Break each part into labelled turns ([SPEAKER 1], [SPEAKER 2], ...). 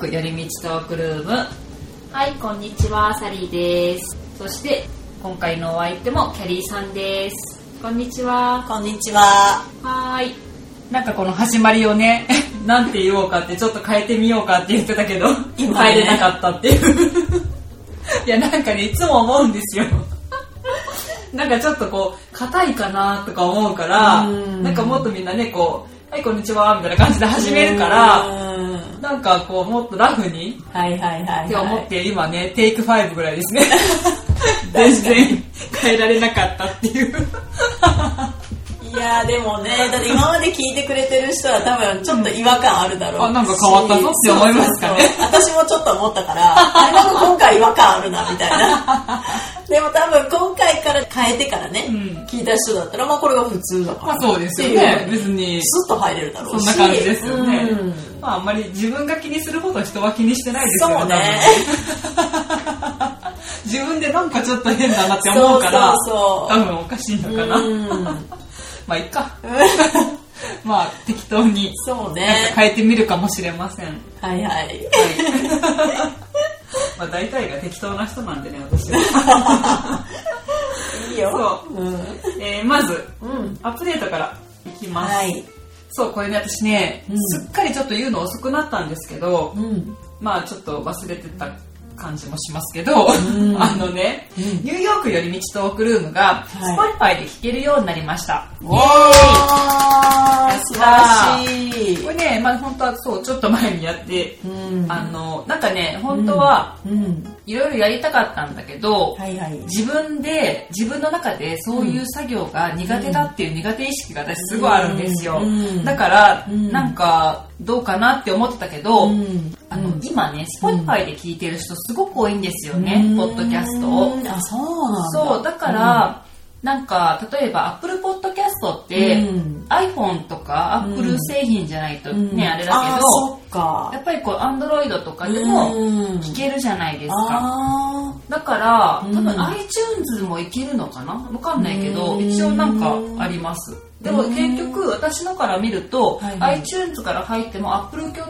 [SPEAKER 1] ク寄り道トークルーム
[SPEAKER 2] はい、こんにちは、サリーです。
[SPEAKER 1] そして今回のお相手もキャリーさんですこんにちは
[SPEAKER 3] こんにちは。
[SPEAKER 2] はーい。
[SPEAKER 1] なんかこの始まりをね なんて言おうかってちょっと変えてみようかって言ってたけど
[SPEAKER 3] 今ね
[SPEAKER 1] 入れなかったっていういやなんかねいつも思うんですよなんかちょっとこう硬いかなとか思うから
[SPEAKER 3] うん
[SPEAKER 1] なんかもっとみんなねこう「はいこんにちは」みたいな感じで始めるから
[SPEAKER 3] うん
[SPEAKER 1] なんかこうもっとラフに
[SPEAKER 3] はいはいはい、はい。
[SPEAKER 1] って思って今ねテイク5ぐらいですね全然変えられなかったっていう
[SPEAKER 3] いやーでもね、だって今まで聞いてくれてる人は多分ちょっと違和感あるだろうし、
[SPEAKER 1] あなんか変わったぞって思いますかね
[SPEAKER 3] そうそうそう私もちょっと思ったから、あれなんか今回違和感あるなみたい な。でも多分今回から変えてからね、
[SPEAKER 1] うん
[SPEAKER 3] 聞いた人だったら、まあこれが普通だから。
[SPEAKER 1] まあそうですよね
[SPEAKER 3] っていう
[SPEAKER 1] 別に
[SPEAKER 3] スッと入れるだろ
[SPEAKER 1] そ
[SPEAKER 3] うんし。
[SPEAKER 1] な感じですよね
[SPEAKER 3] うん
[SPEAKER 1] まああんまり自分が気にするほど人は気にしてないですよ
[SPEAKER 3] そうね。
[SPEAKER 1] 自分 でなんかちょっと変だなって思うから
[SPEAKER 3] そうそうそう
[SPEAKER 1] 多分おかしいのかな、
[SPEAKER 3] うん
[SPEAKER 1] まあいっかまあ適当に
[SPEAKER 3] そう
[SPEAKER 1] なん
[SPEAKER 3] ね
[SPEAKER 1] か。変えてみるかもしれません、
[SPEAKER 3] はいはい。
[SPEAKER 1] まあ大体が適当な人なんでね私は
[SPEAKER 3] いいよ。
[SPEAKER 1] そう、
[SPEAKER 3] うん。
[SPEAKER 1] えーまず
[SPEAKER 3] うん。
[SPEAKER 1] アップデートからいきます、
[SPEAKER 3] はい。
[SPEAKER 1] そうこれね私ね、
[SPEAKER 3] うん
[SPEAKER 1] すっかりちょっと言うの遅くなったんですけど
[SPEAKER 3] うん。
[SPEAKER 1] まあちょっと忘れてた感じもしますけど、
[SPEAKER 3] うん
[SPEAKER 1] あのね、
[SPEAKER 3] うん
[SPEAKER 1] ニューヨークより道トークルームが
[SPEAKER 3] は
[SPEAKER 1] Spotify で聴けるようになりました、
[SPEAKER 3] おー素晴らしい
[SPEAKER 1] こ。れねまあ本当はそうちょっと前にやって、
[SPEAKER 3] うん
[SPEAKER 1] あのなんかね本当は
[SPEAKER 3] うん。
[SPEAKER 1] いろいろやりたかったんだけど、
[SPEAKER 3] はいはい。
[SPEAKER 1] 自分で自分の中でそういう作業が苦手だっていう苦手意識が私すごいあるんですよ、
[SPEAKER 3] うんうん
[SPEAKER 1] だから、
[SPEAKER 3] うん
[SPEAKER 1] なんかどうかなって思ってたけど、
[SPEAKER 3] うん
[SPEAKER 1] あの、
[SPEAKER 3] うん
[SPEAKER 1] 今ね Spotify で聞いてる人すごく多いんですよね、
[SPEAKER 3] うん
[SPEAKER 1] ポッドキャストを
[SPEAKER 3] あ、そうなんだ。
[SPEAKER 1] そうだから、なんか例えば Apple Podcast って、
[SPEAKER 3] うん
[SPEAKER 1] iPhone とか
[SPEAKER 3] うん
[SPEAKER 1] Apple 製品じゃないと
[SPEAKER 3] う
[SPEAKER 1] ね、
[SPEAKER 3] ん、
[SPEAKER 1] あれだ
[SPEAKER 3] あー
[SPEAKER 1] けど
[SPEAKER 3] そっか。
[SPEAKER 1] やっぱりこう Android とかでも
[SPEAKER 3] も
[SPEAKER 1] 聞けるじゃないですか、
[SPEAKER 3] あ
[SPEAKER 1] だから
[SPEAKER 3] う
[SPEAKER 1] 多
[SPEAKER 3] ん
[SPEAKER 1] 分 iTunes もいけるのかなわかんないけど
[SPEAKER 3] うん
[SPEAKER 1] 一応なんかありますでも
[SPEAKER 3] うん
[SPEAKER 1] 結局私のから見ると
[SPEAKER 3] はいはい
[SPEAKER 1] iTunes から入っても Apple きょ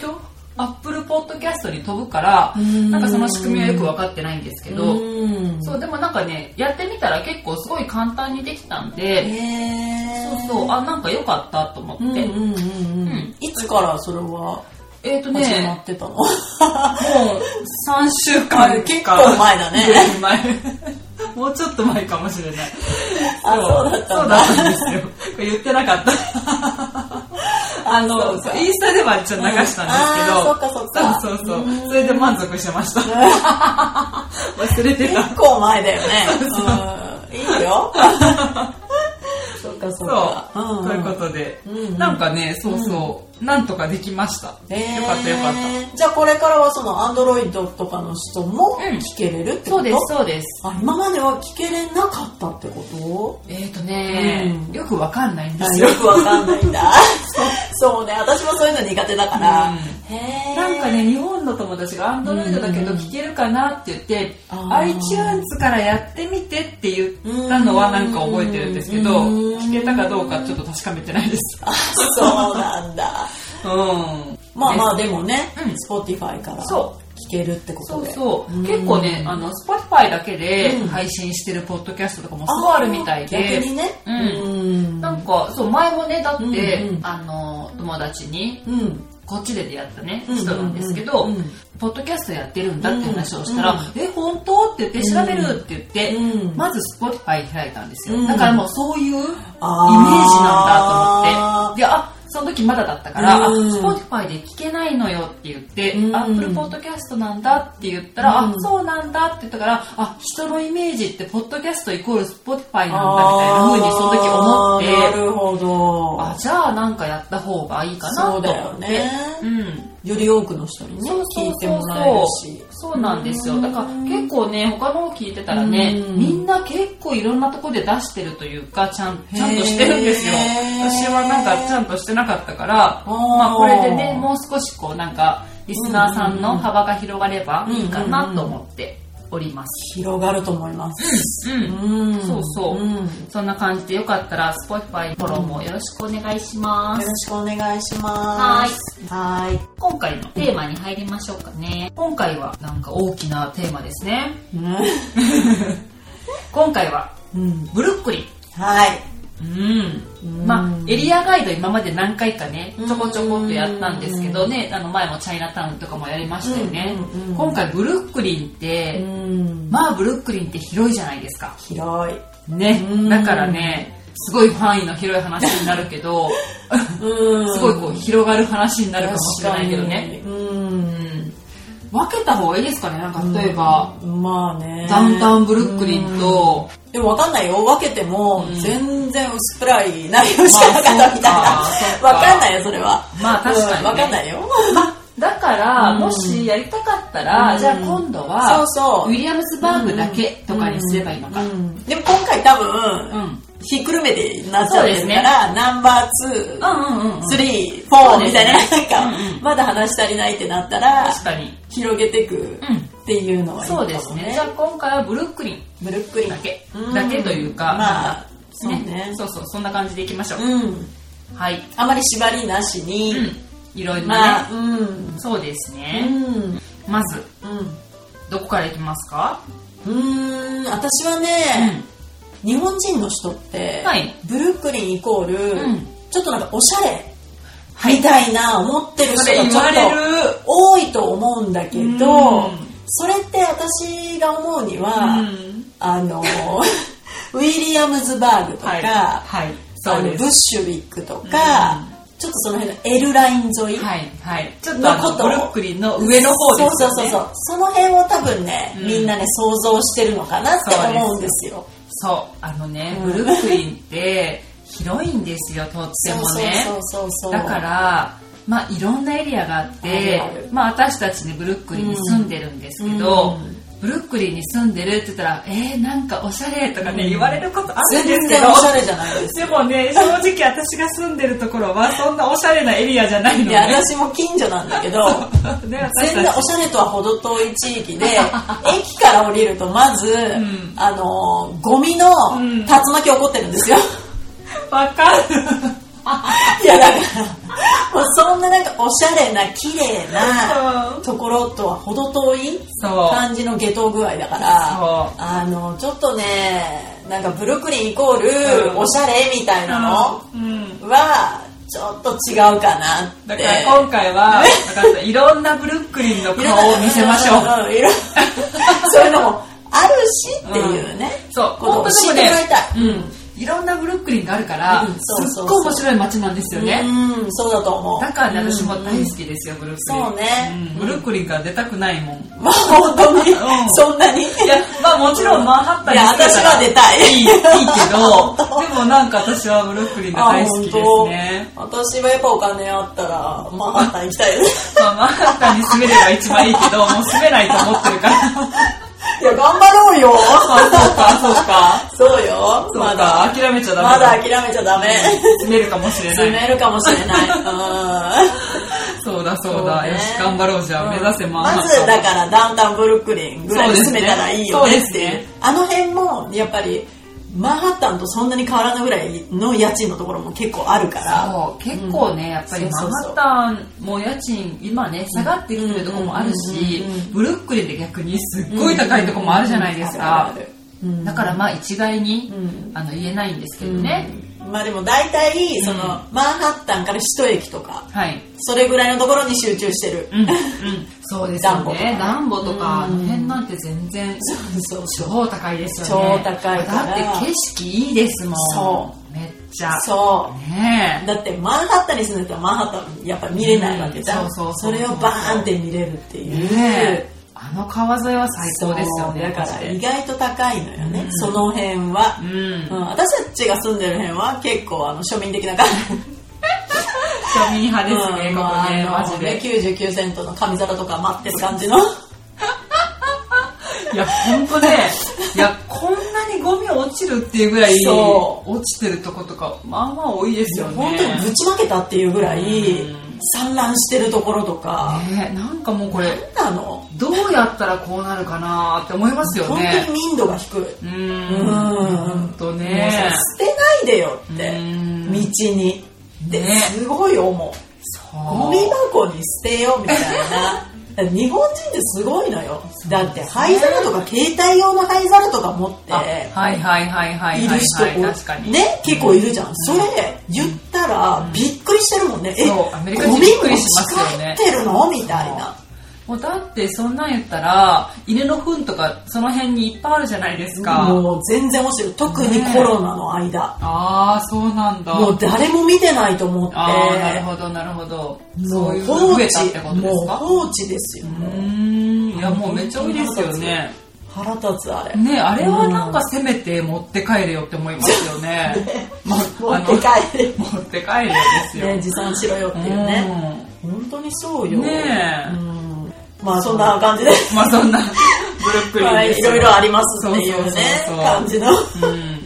[SPEAKER 1] きょ Apple Podcast に飛ぶから
[SPEAKER 3] うん
[SPEAKER 1] なんかその仕組みはよく分かってないんです
[SPEAKER 3] ー
[SPEAKER 1] けど
[SPEAKER 3] うん
[SPEAKER 1] そうでもなんかねやってみたら結構すごい簡単にできたんで
[SPEAKER 3] へー
[SPEAKER 1] そうそうあなんか良かったと思
[SPEAKER 3] う
[SPEAKER 1] っ
[SPEAKER 3] んうん
[SPEAKER 1] て
[SPEAKER 3] うんうん
[SPEAKER 1] うん
[SPEAKER 3] いつからそれは
[SPEAKER 1] えっとね
[SPEAKER 3] 始まってたの、
[SPEAKER 1] もう3週
[SPEAKER 3] あ
[SPEAKER 1] 間
[SPEAKER 3] 結構前だね
[SPEAKER 1] ぐらい前 もうちょっと前かもしれない
[SPEAKER 3] あそうだったんだ
[SPEAKER 1] そうだったんですよこれ言ってなかった あの
[SPEAKER 3] そうか
[SPEAKER 1] インスタではちょっと流した
[SPEAKER 3] うんあーそ
[SPEAKER 1] ん
[SPEAKER 3] っ
[SPEAKER 1] で
[SPEAKER 3] か
[SPEAKER 1] すけど、そう
[SPEAKER 3] そっか
[SPEAKER 1] そうそう
[SPEAKER 3] うん
[SPEAKER 1] それで満足してました 忘れてた
[SPEAKER 3] 結構前だよねうんいい よそっかそ
[SPEAKER 1] そ
[SPEAKER 3] っ
[SPEAKER 1] う
[SPEAKER 3] かん
[SPEAKER 1] ということで、
[SPEAKER 3] うんうん
[SPEAKER 1] なんかねそうそう、なんとかできました、
[SPEAKER 3] えー
[SPEAKER 1] よかったよかった
[SPEAKER 3] じゃあこれからはそのアンドロイドとかの人も
[SPEAKER 1] うん
[SPEAKER 3] 聞けれるって
[SPEAKER 1] そ
[SPEAKER 3] こと、
[SPEAKER 1] うですそうです
[SPEAKER 3] あ今までは聞けれなかったってこと
[SPEAKER 1] えっ、ー、とね、
[SPEAKER 3] うん
[SPEAKER 1] よくわかんないんで
[SPEAKER 3] あ
[SPEAKER 1] す
[SPEAKER 3] よ
[SPEAKER 1] よ
[SPEAKER 3] くわかんないんだ そうね私もそういうの苦手だから、
[SPEAKER 1] うん
[SPEAKER 3] へえ
[SPEAKER 1] なんかね、日本の友達が Android だけど
[SPEAKER 3] うん
[SPEAKER 1] 聞けるかなって言って、
[SPEAKER 3] あー
[SPEAKER 1] iTunes からやってみてって言ったのはなんか覚えてるんですけど、
[SPEAKER 3] うん
[SPEAKER 1] 聞けたかどうかちょっと確かめてないです。
[SPEAKER 3] そうなんだ
[SPEAKER 1] うん。
[SPEAKER 3] まあまあ
[SPEAKER 1] ね
[SPEAKER 3] でもね、
[SPEAKER 1] うん
[SPEAKER 3] Spotify から聞
[SPEAKER 1] そ
[SPEAKER 3] けるってこ
[SPEAKER 1] そ
[SPEAKER 3] と
[SPEAKER 1] う
[SPEAKER 3] で
[SPEAKER 1] そう、
[SPEAKER 3] ん
[SPEAKER 1] 結構ね、あの、Spotify だけで
[SPEAKER 3] うん
[SPEAKER 1] 配信してるポッドキャストとかもすごいあるみたい
[SPEAKER 3] あー
[SPEAKER 1] で
[SPEAKER 3] 逆、にね
[SPEAKER 1] うん
[SPEAKER 3] うん
[SPEAKER 1] なんか、そう、前もね、だって、
[SPEAKER 3] うんうん
[SPEAKER 1] あの、友達に、
[SPEAKER 3] うん
[SPEAKER 1] こっちで出会ったね、
[SPEAKER 3] うん
[SPEAKER 1] 人なんですけど、
[SPEAKER 3] うん
[SPEAKER 1] ポッドキャストやってるんだって話をしたら、
[SPEAKER 3] うん
[SPEAKER 1] え、本当って言って、調べるって言って、
[SPEAKER 3] うん
[SPEAKER 1] まず Spotify 開いたんですよ、
[SPEAKER 3] うん
[SPEAKER 1] だからもうそういうイメージなんだ
[SPEAKER 3] あー
[SPEAKER 1] と思って。で、あ、その時まだだったから、
[SPEAKER 3] うん
[SPEAKER 1] あ、Spotify で聞けないのよって言って、
[SPEAKER 3] うん
[SPEAKER 1] Apple Podcast なんだって言ったら、
[SPEAKER 3] うん
[SPEAKER 1] あ、そうなんだって言ったから、あ、人のイメージって Podcast イコール Spotify なんだみたいな
[SPEAKER 3] あー
[SPEAKER 1] 風にその時思って、
[SPEAKER 3] なるほど
[SPEAKER 1] あじゃあなんかやった方がいいかなと思
[SPEAKER 3] そう
[SPEAKER 1] って
[SPEAKER 3] だよね
[SPEAKER 1] うん
[SPEAKER 3] より多くの人にね
[SPEAKER 1] そうそうそうそう
[SPEAKER 3] 聞いてもらえるし
[SPEAKER 1] そうなんです
[SPEAKER 3] う
[SPEAKER 1] よ
[SPEAKER 3] ん
[SPEAKER 1] だから結構ね他のを聞いてたらね
[SPEAKER 3] うん
[SPEAKER 1] みんな結構いろんなとこで出してるというかちゃんちゃんとしてるんですよ
[SPEAKER 3] へー
[SPEAKER 1] 私はなんかちゃんとしてなかったから
[SPEAKER 3] あー
[SPEAKER 1] まあ、これでねもう少しこうなんかリスナーさんの幅が広がればいいかなと思っております。
[SPEAKER 3] 広がると思います。
[SPEAKER 1] うん
[SPEAKER 3] うん
[SPEAKER 1] そうそう
[SPEAKER 3] うんよ
[SPEAKER 1] そんな感じでよかったら Spotify フォローもよろしくお願いしま
[SPEAKER 3] ろ
[SPEAKER 1] す。
[SPEAKER 3] しくお願いします。はーい。
[SPEAKER 1] 今回のテーマに入りましょうかね。今回はなんか大きなテーマですね。今回は
[SPEAKER 3] うん。
[SPEAKER 1] ブルックリン。
[SPEAKER 3] はい。
[SPEAKER 1] うん、まあエリアガイド今まで何回かねちょこちょこっとやったんですけどね、あの前もチャイナタウンとかもやりましたよね、
[SPEAKER 3] うんうんうん
[SPEAKER 1] 今回ブルックリンっ
[SPEAKER 3] う
[SPEAKER 1] て、
[SPEAKER 3] ん。
[SPEAKER 1] まあブルックリンって広いじゃないですか
[SPEAKER 3] 広い。
[SPEAKER 1] ね
[SPEAKER 3] うん
[SPEAKER 1] だからねすごい範囲の広い話になるけど
[SPEAKER 3] うん
[SPEAKER 1] すごいこう広がる話になるかもしれないけどね、
[SPEAKER 3] 確かに。
[SPEAKER 1] う、
[SPEAKER 3] うん
[SPEAKER 1] 分けた方がいいですかねなんか例えば、
[SPEAKER 3] ん。まあね。
[SPEAKER 1] ダウンタウンブルックリンと、
[SPEAKER 3] でもわかんないよ。分けても
[SPEAKER 1] うん、
[SPEAKER 3] 全然薄っぺらい内容しかなかったみたいな
[SPEAKER 1] あそ っ。か
[SPEAKER 3] わかんないよ、それは。
[SPEAKER 1] まあ確かにね
[SPEAKER 3] うんわかんないよ。
[SPEAKER 1] だから、
[SPEAKER 3] うん
[SPEAKER 1] もしやりたかったら、
[SPEAKER 3] うん
[SPEAKER 1] じゃあ今度
[SPEAKER 3] そ
[SPEAKER 1] は
[SPEAKER 3] うそう。
[SPEAKER 1] ウィリアムスバーグだけとかにすればいいのか。うん。
[SPEAKER 3] うんでも今回多分、ひっくるめてなっちゃってるから、ナンバー2、
[SPEAKER 1] うんうんうん。
[SPEAKER 3] 3、
[SPEAKER 1] そうです
[SPEAKER 3] 4み
[SPEAKER 1] ね
[SPEAKER 3] たいな、なんか、
[SPEAKER 1] うんうん
[SPEAKER 3] まだ話し足りないってなったら、
[SPEAKER 1] 確かに。
[SPEAKER 3] 広げていく
[SPEAKER 1] うん。
[SPEAKER 3] っていうのはいいか
[SPEAKER 1] そ
[SPEAKER 3] も
[SPEAKER 1] うですね。じゃあ今回はブルックリン
[SPEAKER 3] ブルックリン
[SPEAKER 1] だ。け
[SPEAKER 3] う。ん
[SPEAKER 1] だけというか、
[SPEAKER 3] ま
[SPEAKER 1] なん
[SPEAKER 3] あ
[SPEAKER 1] か、
[SPEAKER 3] そうね。
[SPEAKER 1] そうそう、そんな感じでいきましょう。
[SPEAKER 3] うん。
[SPEAKER 1] はい。
[SPEAKER 3] あまり縛りなし
[SPEAKER 1] う
[SPEAKER 3] に、
[SPEAKER 1] ん。いろいろ
[SPEAKER 3] ま
[SPEAKER 1] ね。
[SPEAKER 3] あ、うん。
[SPEAKER 1] そうです
[SPEAKER 3] う
[SPEAKER 1] ね。
[SPEAKER 3] ん。
[SPEAKER 1] まず、
[SPEAKER 3] うん。
[SPEAKER 1] どこからいきますか
[SPEAKER 3] うーん、私は
[SPEAKER 1] う
[SPEAKER 3] ね、
[SPEAKER 1] ん。
[SPEAKER 3] 日本人の人って、
[SPEAKER 1] はい
[SPEAKER 3] ブルックリンイコール、
[SPEAKER 1] うん
[SPEAKER 3] ちょっとなんかおしゃれ
[SPEAKER 1] はい
[SPEAKER 3] みたいな思ってる人
[SPEAKER 1] それ
[SPEAKER 3] が
[SPEAKER 1] 言わ
[SPEAKER 3] ち
[SPEAKER 1] れ
[SPEAKER 3] ょっと
[SPEAKER 1] る。
[SPEAKER 3] 多いと思うんだけ
[SPEAKER 1] う
[SPEAKER 3] ど
[SPEAKER 1] ん、
[SPEAKER 3] それって私が思うには、
[SPEAKER 1] うん
[SPEAKER 3] あの、 ウィリアムズバーグとか、
[SPEAKER 1] はい。はい。そう
[SPEAKER 3] あ
[SPEAKER 1] です
[SPEAKER 3] のブッ。シュウィックとか、
[SPEAKER 1] うん
[SPEAKER 3] ちょっとその辺の L ライン沿い、
[SPEAKER 1] はいはい。ちょっと
[SPEAKER 3] の
[SPEAKER 1] あの
[SPEAKER 3] こと
[SPEAKER 1] ブルックリンの上の方ですよね。
[SPEAKER 3] そうそうそうそう。その辺を多分ね、
[SPEAKER 1] うん
[SPEAKER 3] みんなね、想像してるのかなって思うんですよ。
[SPEAKER 1] そうあのね、
[SPEAKER 3] うん
[SPEAKER 1] ブルックリンって広いんですよ、とってもね。
[SPEAKER 3] そうそうそうそう。
[SPEAKER 1] だから、まあいろんなエリアがあって
[SPEAKER 3] あるある、
[SPEAKER 1] まあ私たちね、ブルックリンに住んでるんですけど、
[SPEAKER 3] うん
[SPEAKER 1] ブルックリンに住んでるって言ったら、えー、なんかおしゃれとかね、
[SPEAKER 3] うん
[SPEAKER 1] 言われることあるんで
[SPEAKER 3] 全
[SPEAKER 1] すけ
[SPEAKER 3] 然おしゃ
[SPEAKER 1] ど、
[SPEAKER 3] れじゃないです。
[SPEAKER 1] でもね、正直私が住んでるところはそんなおしゃれなエリアじゃないの
[SPEAKER 3] い
[SPEAKER 1] ね。
[SPEAKER 3] や、私も近所なんだけど、
[SPEAKER 1] ね
[SPEAKER 3] 全
[SPEAKER 1] 私
[SPEAKER 3] 然
[SPEAKER 1] たち
[SPEAKER 3] おしゃれとは程遠い地 域で、駅から降りるとまず、
[SPEAKER 1] ん
[SPEAKER 3] あの、ゴミの
[SPEAKER 1] うん
[SPEAKER 3] 竜巻起こってる んですよ。
[SPEAKER 1] わ かる。
[SPEAKER 3] いや、だから、もうそんななんかおしゃれな、綺麗なところとは程遠い
[SPEAKER 1] そう。
[SPEAKER 3] 感じの下等具合だから
[SPEAKER 1] そう、
[SPEAKER 3] あの、ちょっとね、なんかブルックリンイコー
[SPEAKER 1] うん
[SPEAKER 3] ルおしゃれみたいなの
[SPEAKER 1] うん。
[SPEAKER 3] は、ちょっと違うかなっ
[SPEAKER 1] だ
[SPEAKER 3] て。
[SPEAKER 1] から今回は、分かったいろんなブルックリンの顔を見せましょ う。
[SPEAKER 3] うん。いろんそういうのもあるしっていうね。
[SPEAKER 1] そう、
[SPEAKER 3] ことを
[SPEAKER 1] 本
[SPEAKER 3] 知
[SPEAKER 1] 当
[SPEAKER 3] っ
[SPEAKER 1] で
[SPEAKER 3] て
[SPEAKER 1] も
[SPEAKER 3] も
[SPEAKER 1] ね
[SPEAKER 3] らいた
[SPEAKER 1] う
[SPEAKER 3] い。
[SPEAKER 1] ん、いろんなブルックリンがあるから、
[SPEAKER 3] うんそう
[SPEAKER 1] す
[SPEAKER 3] そ
[SPEAKER 1] っ
[SPEAKER 3] うそう
[SPEAKER 1] ごい面白い街なんですよね。
[SPEAKER 3] うん、そうだと思う。
[SPEAKER 1] だからね私も
[SPEAKER 3] うん
[SPEAKER 1] 大好きですよ、ブルックリン。
[SPEAKER 3] そうね
[SPEAKER 1] うんブルックリンから出たくないもん。い
[SPEAKER 3] まあ本当に
[SPEAKER 1] うん、
[SPEAKER 3] そんなに。い
[SPEAKER 1] や、まあもちろんマンハッタン
[SPEAKER 3] いや私は出たい
[SPEAKER 1] いいいいけ ど、でもなんか私はブルックリンが大好きですね。
[SPEAKER 3] 私はやっぱお金あったら、マンハッタン行きたいです。
[SPEAKER 1] まあ、マンハッタンに住めれば一番いいけど、もう住めないと思って るから。
[SPEAKER 3] いや、頑張ろうよ。
[SPEAKER 1] そうか、そうか。
[SPEAKER 3] そうよ。
[SPEAKER 1] そう
[SPEAKER 3] ま
[SPEAKER 1] か
[SPEAKER 3] だ、、
[SPEAKER 1] 諦めちゃダメ
[SPEAKER 3] まだ諦めちゃダメ。
[SPEAKER 1] 住めるかもしれな
[SPEAKER 3] 詰
[SPEAKER 1] い。
[SPEAKER 3] めるかもしれ ない。うん。
[SPEAKER 1] そうだそうだ。
[SPEAKER 3] そうね
[SPEAKER 1] よし、頑張ろうじゃあ、目指せマンハッタン
[SPEAKER 3] まずだからダウンタウンブルックリンぐらいに住めたらいいよねってい
[SPEAKER 1] そ
[SPEAKER 3] う
[SPEAKER 1] うですね
[SPEAKER 3] あの辺もやっぱりマンハッタンとそんなに変わらないぐらいの家賃のところも結構あるから
[SPEAKER 1] そう結構ね、やっぱりマン
[SPEAKER 3] そうそうそう
[SPEAKER 1] ハッタンも家賃今ね下がってきてるとこもあるし、
[SPEAKER 3] うんうんうんうん
[SPEAKER 1] ブルックリンで逆にすっごい高いとこもあるじゃないですか、
[SPEAKER 3] うんあるあるうん
[SPEAKER 1] だからまあ一概に、
[SPEAKER 3] うん
[SPEAKER 1] あの言えないんですけどね、
[SPEAKER 3] うんまあでも大体その、
[SPEAKER 1] うん
[SPEAKER 3] マンハッタンから一駅とか
[SPEAKER 1] はい
[SPEAKER 3] それぐらいのところに集中してる、
[SPEAKER 1] うん、うん、そうですよね
[SPEAKER 3] ダ
[SPEAKER 1] ダンボとかあ
[SPEAKER 3] うん
[SPEAKER 1] の辺なんて全然
[SPEAKER 3] そうそう
[SPEAKER 1] 超高いですよね
[SPEAKER 3] 超高いから
[SPEAKER 1] だって景色いいですもん
[SPEAKER 3] そ
[SPEAKER 1] めっちゃ
[SPEAKER 3] そう
[SPEAKER 1] ね
[SPEAKER 3] だってマンハッタンに住んでたらマンハッタンやっぱ見れないわけじゃん、
[SPEAKER 1] うんそうそうそうそう
[SPEAKER 3] れをバーンって見れるって
[SPEAKER 1] え
[SPEAKER 3] いう、
[SPEAKER 1] ねえあの川沿いは最高ですよね
[SPEAKER 3] そうだか
[SPEAKER 1] マジ
[SPEAKER 3] ら
[SPEAKER 1] で
[SPEAKER 3] 意外と高いのよね、
[SPEAKER 1] うん
[SPEAKER 3] その辺は、
[SPEAKER 1] うん
[SPEAKER 3] うん私たちが住んでる辺は結構あの庶民的な感 じ
[SPEAKER 1] 庶民派ですね、
[SPEAKER 3] うん
[SPEAKER 1] ここね、
[SPEAKER 3] まあ
[SPEAKER 1] マジ
[SPEAKER 3] あのね
[SPEAKER 1] で。
[SPEAKER 3] 99セントの紙皿とか待ってる感じの
[SPEAKER 1] いや、ほんとね、いや、こんなにゴミ落ちるっていうぐらい、
[SPEAKER 3] そ
[SPEAKER 1] 落ちてるとことか、まあまあ多いですよね。
[SPEAKER 3] 本当にぶちまけたっていうぐらい、
[SPEAKER 1] うん
[SPEAKER 3] 散乱してるところとか、
[SPEAKER 1] ねなんかもうこれ
[SPEAKER 3] なんなの
[SPEAKER 1] どうやったらこうなるかなって思いますよ
[SPEAKER 3] 本
[SPEAKER 1] ね
[SPEAKER 3] 当に民度が低い、
[SPEAKER 1] うー
[SPEAKER 3] うんん
[SPEAKER 1] 本当
[SPEAKER 3] もうさ
[SPEAKER 1] ね
[SPEAKER 3] 捨てないでよって
[SPEAKER 1] うん
[SPEAKER 3] 道にって
[SPEAKER 1] ね
[SPEAKER 3] すごい思う
[SPEAKER 1] そう
[SPEAKER 3] ゴミ箱に捨てよみたいなだ から日本人ってすごいのよだって灰皿とか携帯用の灰皿とか持って
[SPEAKER 1] あはいはいはいはい
[SPEAKER 3] い
[SPEAKER 1] は
[SPEAKER 3] る
[SPEAKER 1] い
[SPEAKER 3] 人
[SPEAKER 1] はい確かに
[SPEAKER 3] ね結構いるじゃんそれ言ったらびっくりしてるもんねえ
[SPEAKER 1] そうアメリカ人
[SPEAKER 3] ゴミ
[SPEAKER 1] びっくりしますよ
[SPEAKER 3] 持
[SPEAKER 1] ね
[SPEAKER 3] ち帰ってるのみたいな
[SPEAKER 1] もうだってそんなん言ったら犬の糞とかその辺にいっぱいあるじゃないですか
[SPEAKER 3] もう全然面白い特にコロナの間
[SPEAKER 1] ああそうなんだ
[SPEAKER 3] もう誰も見てないと思って
[SPEAKER 1] ああなるほどなるほど
[SPEAKER 3] も
[SPEAKER 1] そう
[SPEAKER 3] う
[SPEAKER 1] いう
[SPEAKER 3] 放
[SPEAKER 1] の増
[SPEAKER 3] 置
[SPEAKER 1] えたってことで
[SPEAKER 3] も
[SPEAKER 1] す
[SPEAKER 3] う
[SPEAKER 1] か
[SPEAKER 3] 放置ですよ
[SPEAKER 1] うーんいやもうめっちゃ多いですよね
[SPEAKER 3] 腹立つあれ
[SPEAKER 1] ねあれはなんかせめて持って帰れよって思いますよね ま
[SPEAKER 3] 持
[SPEAKER 1] あ
[SPEAKER 3] っ
[SPEAKER 1] の
[SPEAKER 3] て帰る
[SPEAKER 1] 持って帰れよですよ、
[SPEAKER 3] ね持参しろよっていうね本当にそうよ
[SPEAKER 1] ねえ
[SPEAKER 3] うんまあそんな感じで
[SPEAKER 1] うんまあそんなブロックリ
[SPEAKER 3] は
[SPEAKER 1] ー
[SPEAKER 3] い
[SPEAKER 1] で
[SPEAKER 3] い
[SPEAKER 1] すよ
[SPEAKER 3] ろいろありますっていう
[SPEAKER 1] そうそう
[SPEAKER 3] ね
[SPEAKER 1] そうそう
[SPEAKER 3] 感じの
[SPEAKER 1] うん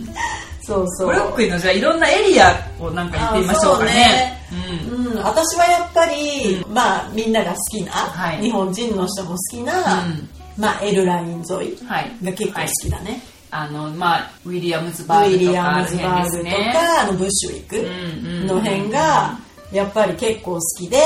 [SPEAKER 3] そうそ
[SPEAKER 1] ブロッ
[SPEAKER 3] う
[SPEAKER 1] クリーのじゃあいろんなエリアをなんか言ってみましょうかねうん
[SPEAKER 3] うん、私はやっぱり、まあみんなが好きな、
[SPEAKER 1] はい
[SPEAKER 3] 日本人の人も好きな、
[SPEAKER 1] うん
[SPEAKER 3] まあ L ライン沿い
[SPEAKER 1] はい
[SPEAKER 3] が結構好きだね、
[SPEAKER 1] あのまあウィリアムズ
[SPEAKER 3] ウ
[SPEAKER 1] バー
[SPEAKER 3] ィ
[SPEAKER 1] グと
[SPEAKER 3] リ
[SPEAKER 1] か
[SPEAKER 3] ア
[SPEAKER 1] あ
[SPEAKER 3] ム
[SPEAKER 1] の
[SPEAKER 3] ズバ
[SPEAKER 1] 辺
[SPEAKER 3] ー
[SPEAKER 1] です
[SPEAKER 3] グと
[SPEAKER 1] ね
[SPEAKER 3] かあのブッシュウィ
[SPEAKER 1] うんうんう
[SPEAKER 3] ッ
[SPEAKER 1] ん
[SPEAKER 3] クの辺がやっぱり結構好きで、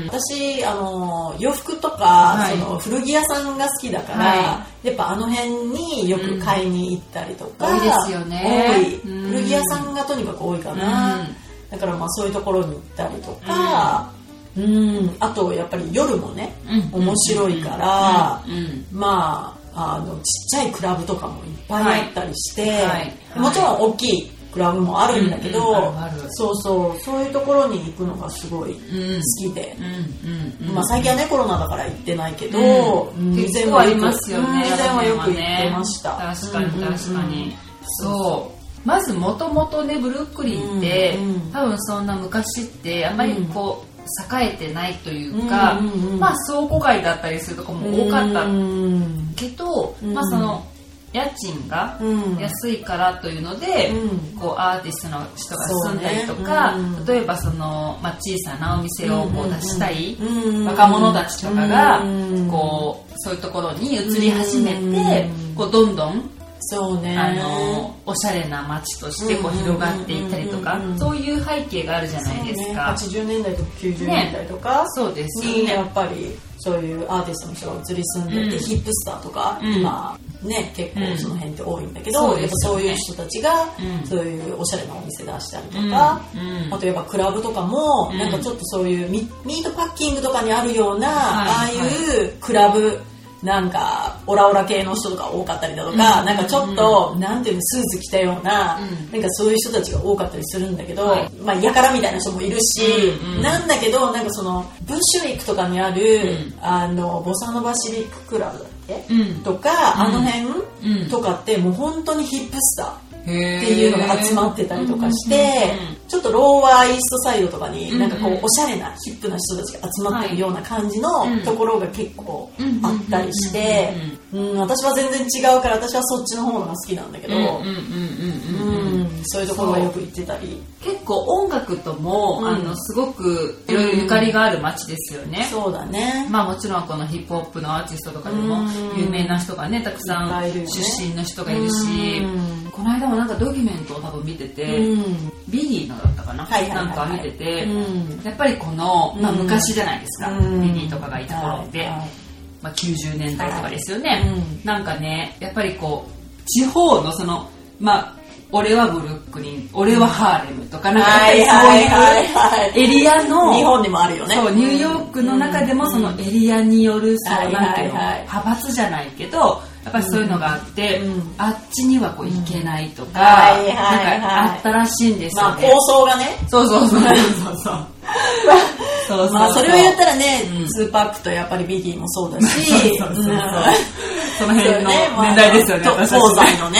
[SPEAKER 1] うん
[SPEAKER 3] 私あの洋服とか、
[SPEAKER 1] い
[SPEAKER 3] その古着屋さんが好きだから、
[SPEAKER 1] は
[SPEAKER 3] やっぱあの辺によく買いに行ったりとか、
[SPEAKER 1] うん多いですよね
[SPEAKER 3] 多い
[SPEAKER 1] うん
[SPEAKER 3] 古着屋さんがとにかく多いかな、
[SPEAKER 1] うん
[SPEAKER 3] だからまあそういうところに行ったりとか、うん、あとやっぱり夜もね、
[SPEAKER 1] うん
[SPEAKER 3] 面白いから、
[SPEAKER 1] うんうん
[SPEAKER 3] まあ、あのちっちゃいクラブとかもいっぱいあったりして、
[SPEAKER 1] いはい
[SPEAKER 3] もちろん大きいクラブもあるんだけど、
[SPEAKER 1] うんうんあるある
[SPEAKER 3] そうそうそういうところに行くのがすごい好
[SPEAKER 1] うん
[SPEAKER 3] きで
[SPEAKER 1] う、んうんうん
[SPEAKER 3] まあ、最近はねコロナだから行ってないけど、
[SPEAKER 1] うん
[SPEAKER 3] うん
[SPEAKER 1] 結構ありますよね
[SPEAKER 3] うん以前はよく
[SPEAKER 1] う
[SPEAKER 3] 行
[SPEAKER 1] ん
[SPEAKER 3] ってました、
[SPEAKER 1] 確かに確かに、
[SPEAKER 3] うん
[SPEAKER 1] そうまずもともとねブルックリンって、
[SPEAKER 3] うんうん
[SPEAKER 1] 多分そんな昔ってあんまりこう、栄えてないというか、
[SPEAKER 3] うんうんうん
[SPEAKER 1] まあ倉庫街だったりするとこ
[SPEAKER 3] うん
[SPEAKER 1] も多かった
[SPEAKER 3] うん
[SPEAKER 1] けど、
[SPEAKER 3] うん
[SPEAKER 1] まあその家賃が
[SPEAKER 3] うん
[SPEAKER 1] 安いからというので、
[SPEAKER 3] うん
[SPEAKER 1] こうアーティストの人が住んだりとか、
[SPEAKER 3] そうねうんうん
[SPEAKER 1] 例えばその、まあ、小さなお店をこう出したい、
[SPEAKER 3] うん
[SPEAKER 1] 若者たちとかが
[SPEAKER 3] うん
[SPEAKER 1] こうそういうところに移り始めて
[SPEAKER 3] うん
[SPEAKER 1] こうどんどん
[SPEAKER 3] そうね
[SPEAKER 1] あのおしゃれな街としてこう
[SPEAKER 3] うん
[SPEAKER 1] 広がっていったりとか
[SPEAKER 3] うん
[SPEAKER 1] そういう背景があるじゃないですか。
[SPEAKER 3] そうね、80年代とか90年代とか、
[SPEAKER 1] そうです
[SPEAKER 3] にや
[SPEAKER 1] よね
[SPEAKER 3] っぱりそういうアーティストの人が移り住んでて、
[SPEAKER 1] うん
[SPEAKER 3] ヒップスターとか、
[SPEAKER 1] うん
[SPEAKER 3] まあね結構その辺って多いんだけ
[SPEAKER 1] うん
[SPEAKER 3] ど、
[SPEAKER 1] そう
[SPEAKER 3] や
[SPEAKER 1] で
[SPEAKER 3] っぱ
[SPEAKER 1] すよ
[SPEAKER 3] そう
[SPEAKER 1] ね
[SPEAKER 3] いう人たちが、
[SPEAKER 1] うん
[SPEAKER 3] そういうおしゃれなお店出したりと
[SPEAKER 1] うん
[SPEAKER 3] か、
[SPEAKER 1] うん
[SPEAKER 3] あとやっぱクラブとかも、
[SPEAKER 1] うん
[SPEAKER 3] なんかちょっとそういうミミートパッキングとかにあるような、
[SPEAKER 1] はい
[SPEAKER 3] ああいうクラブなんかオラオラ系の人とか多かったりだとか、なんかちょっと、なんていうのスーツ着たような、
[SPEAKER 1] うん
[SPEAKER 3] なんかそういう人たちが多かったりするんだけど、
[SPEAKER 1] はい
[SPEAKER 3] まあやからみたいな人もいるし、
[SPEAKER 1] うんうん
[SPEAKER 3] なんだけどなんかそのブッシュウィックとかにある、
[SPEAKER 1] うん
[SPEAKER 3] あのボサノバシビッククラブだっけ、
[SPEAKER 1] うん
[SPEAKER 3] とかあの
[SPEAKER 1] う
[SPEAKER 3] 辺
[SPEAKER 1] ん
[SPEAKER 3] とかってもう本当にヒップスター。
[SPEAKER 1] って
[SPEAKER 3] っていうのが集まってたりとかしてちょっとローワーイーストサイドとかになんか
[SPEAKER 1] うん
[SPEAKER 3] こう
[SPEAKER 1] うん
[SPEAKER 3] おしゃれなヒップな人たちが集まってるような感じの
[SPEAKER 1] い
[SPEAKER 3] ところが結構あったりしてうん私は全然違うから私はそっちの方が好きなんだけどうんそういうところはよく行ってたり
[SPEAKER 1] 結構音楽とも、
[SPEAKER 3] うん
[SPEAKER 1] あのすごくいろいろゆかりがある街ですよね。
[SPEAKER 3] そうだね
[SPEAKER 1] まあもちろんこのヒップホップのアーティストとかでも
[SPEAKER 3] うん
[SPEAKER 1] 有名な人がねたくさ
[SPEAKER 3] いっぱいい
[SPEAKER 1] ん
[SPEAKER 3] るよね
[SPEAKER 1] 出身の人がいるし
[SPEAKER 3] うん
[SPEAKER 1] この間もなんかドキュメントを多分見て
[SPEAKER 3] う
[SPEAKER 1] て
[SPEAKER 3] ん
[SPEAKER 1] ビリーのだったかな
[SPEAKER 3] はいはいはいは
[SPEAKER 1] ないんか見てて
[SPEAKER 3] うん
[SPEAKER 1] やっぱりこのまあ
[SPEAKER 3] うん
[SPEAKER 1] 昔じゃないですか
[SPEAKER 3] うん
[SPEAKER 1] ビリーとかがいた頃っ
[SPEAKER 3] はい
[SPEAKER 1] て
[SPEAKER 3] はい
[SPEAKER 1] まあ90年代とかですよ
[SPEAKER 3] はいう
[SPEAKER 1] ね
[SPEAKER 3] ん
[SPEAKER 1] なんかねやっぱりこう地方のそのまあ俺はブルックリン俺はハーレムとかなんか
[SPEAKER 3] はい
[SPEAKER 1] やっぱ
[SPEAKER 3] は
[SPEAKER 1] り
[SPEAKER 3] いはい
[SPEAKER 1] そう
[SPEAKER 3] はい
[SPEAKER 1] いうエリアの
[SPEAKER 3] 日本にもあるよね
[SPEAKER 1] そうニューヨークの中でもそのエリアによるそ
[SPEAKER 3] は
[SPEAKER 1] の
[SPEAKER 3] い
[SPEAKER 1] なんていうの
[SPEAKER 3] はいはい
[SPEAKER 1] 派閥じゃないけどやっぱりそういうのがあって、
[SPEAKER 3] うん
[SPEAKER 1] あっちにはこう行けないとか、
[SPEAKER 3] はいはいは
[SPEAKER 1] な
[SPEAKER 3] い
[SPEAKER 1] んかあったらしいんです
[SPEAKER 3] ま
[SPEAKER 1] よ
[SPEAKER 3] あ
[SPEAKER 1] ね、
[SPEAKER 3] 構想がね
[SPEAKER 1] そうそうそうそうそうそうそうそう
[SPEAKER 3] まあそれをやったらね、
[SPEAKER 1] うん
[SPEAKER 3] ツーパックとやっぱりビギーもそうだし、
[SPEAKER 1] そうそうそうそう
[SPEAKER 3] うん
[SPEAKER 1] その辺の
[SPEAKER 3] そうねまあ
[SPEAKER 1] 年代ですよね
[SPEAKER 3] と
[SPEAKER 1] 私たち
[SPEAKER 3] 東西のね、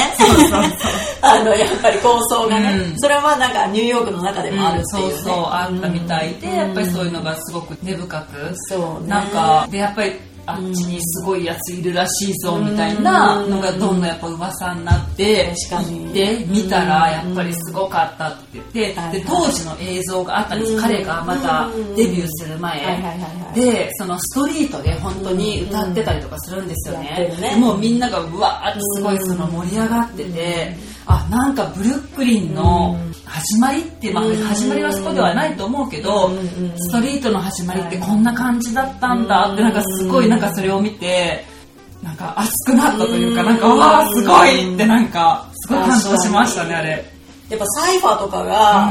[SPEAKER 3] あのやっぱり構想がね、
[SPEAKER 1] うん
[SPEAKER 3] それはなんかニューヨークの中でもある
[SPEAKER 1] う
[SPEAKER 3] っ
[SPEAKER 1] ん
[SPEAKER 3] ていう、
[SPEAKER 1] そ
[SPEAKER 3] ね
[SPEAKER 1] うそうあったみたいで、
[SPEAKER 3] うん
[SPEAKER 1] やっぱりそういうのがすごく根深く
[SPEAKER 3] そうね
[SPEAKER 1] なんかでやっぱりあっちにすごいやついるらしいぞみたいなのがどんどんやっぱ噂になって
[SPEAKER 3] 確か
[SPEAKER 1] 行
[SPEAKER 3] に
[SPEAKER 1] って見たらやっぱりすごかったって言
[SPEAKER 3] うん
[SPEAKER 1] ってで当時の映像があったんで
[SPEAKER 3] う
[SPEAKER 1] す
[SPEAKER 3] ん
[SPEAKER 1] 彼がまたデビューする
[SPEAKER 3] はいはいはい
[SPEAKER 1] 前
[SPEAKER 3] はい
[SPEAKER 1] でそのストリートで本当に歌ってたりとかするんですよ
[SPEAKER 3] うんやっ
[SPEAKER 1] ね
[SPEAKER 3] てるね
[SPEAKER 1] でもうみんながうわーってすごいその盛り上がっててあなんかブルックリンの始まりって、まあ、
[SPEAKER 3] うん
[SPEAKER 1] 始まりはそこではないと思うけど
[SPEAKER 3] うんうん
[SPEAKER 1] ストリートの始まりってこんな感じだったんだってなんかすごいなんかそれを見てなんか熱くなったというか
[SPEAKER 3] うん
[SPEAKER 1] なんかわあすごいってなんかすごい感動しましたね
[SPEAKER 3] 確か
[SPEAKER 1] あ
[SPEAKER 3] に
[SPEAKER 1] れ。
[SPEAKER 3] やっぱサイファーとか
[SPEAKER 1] うん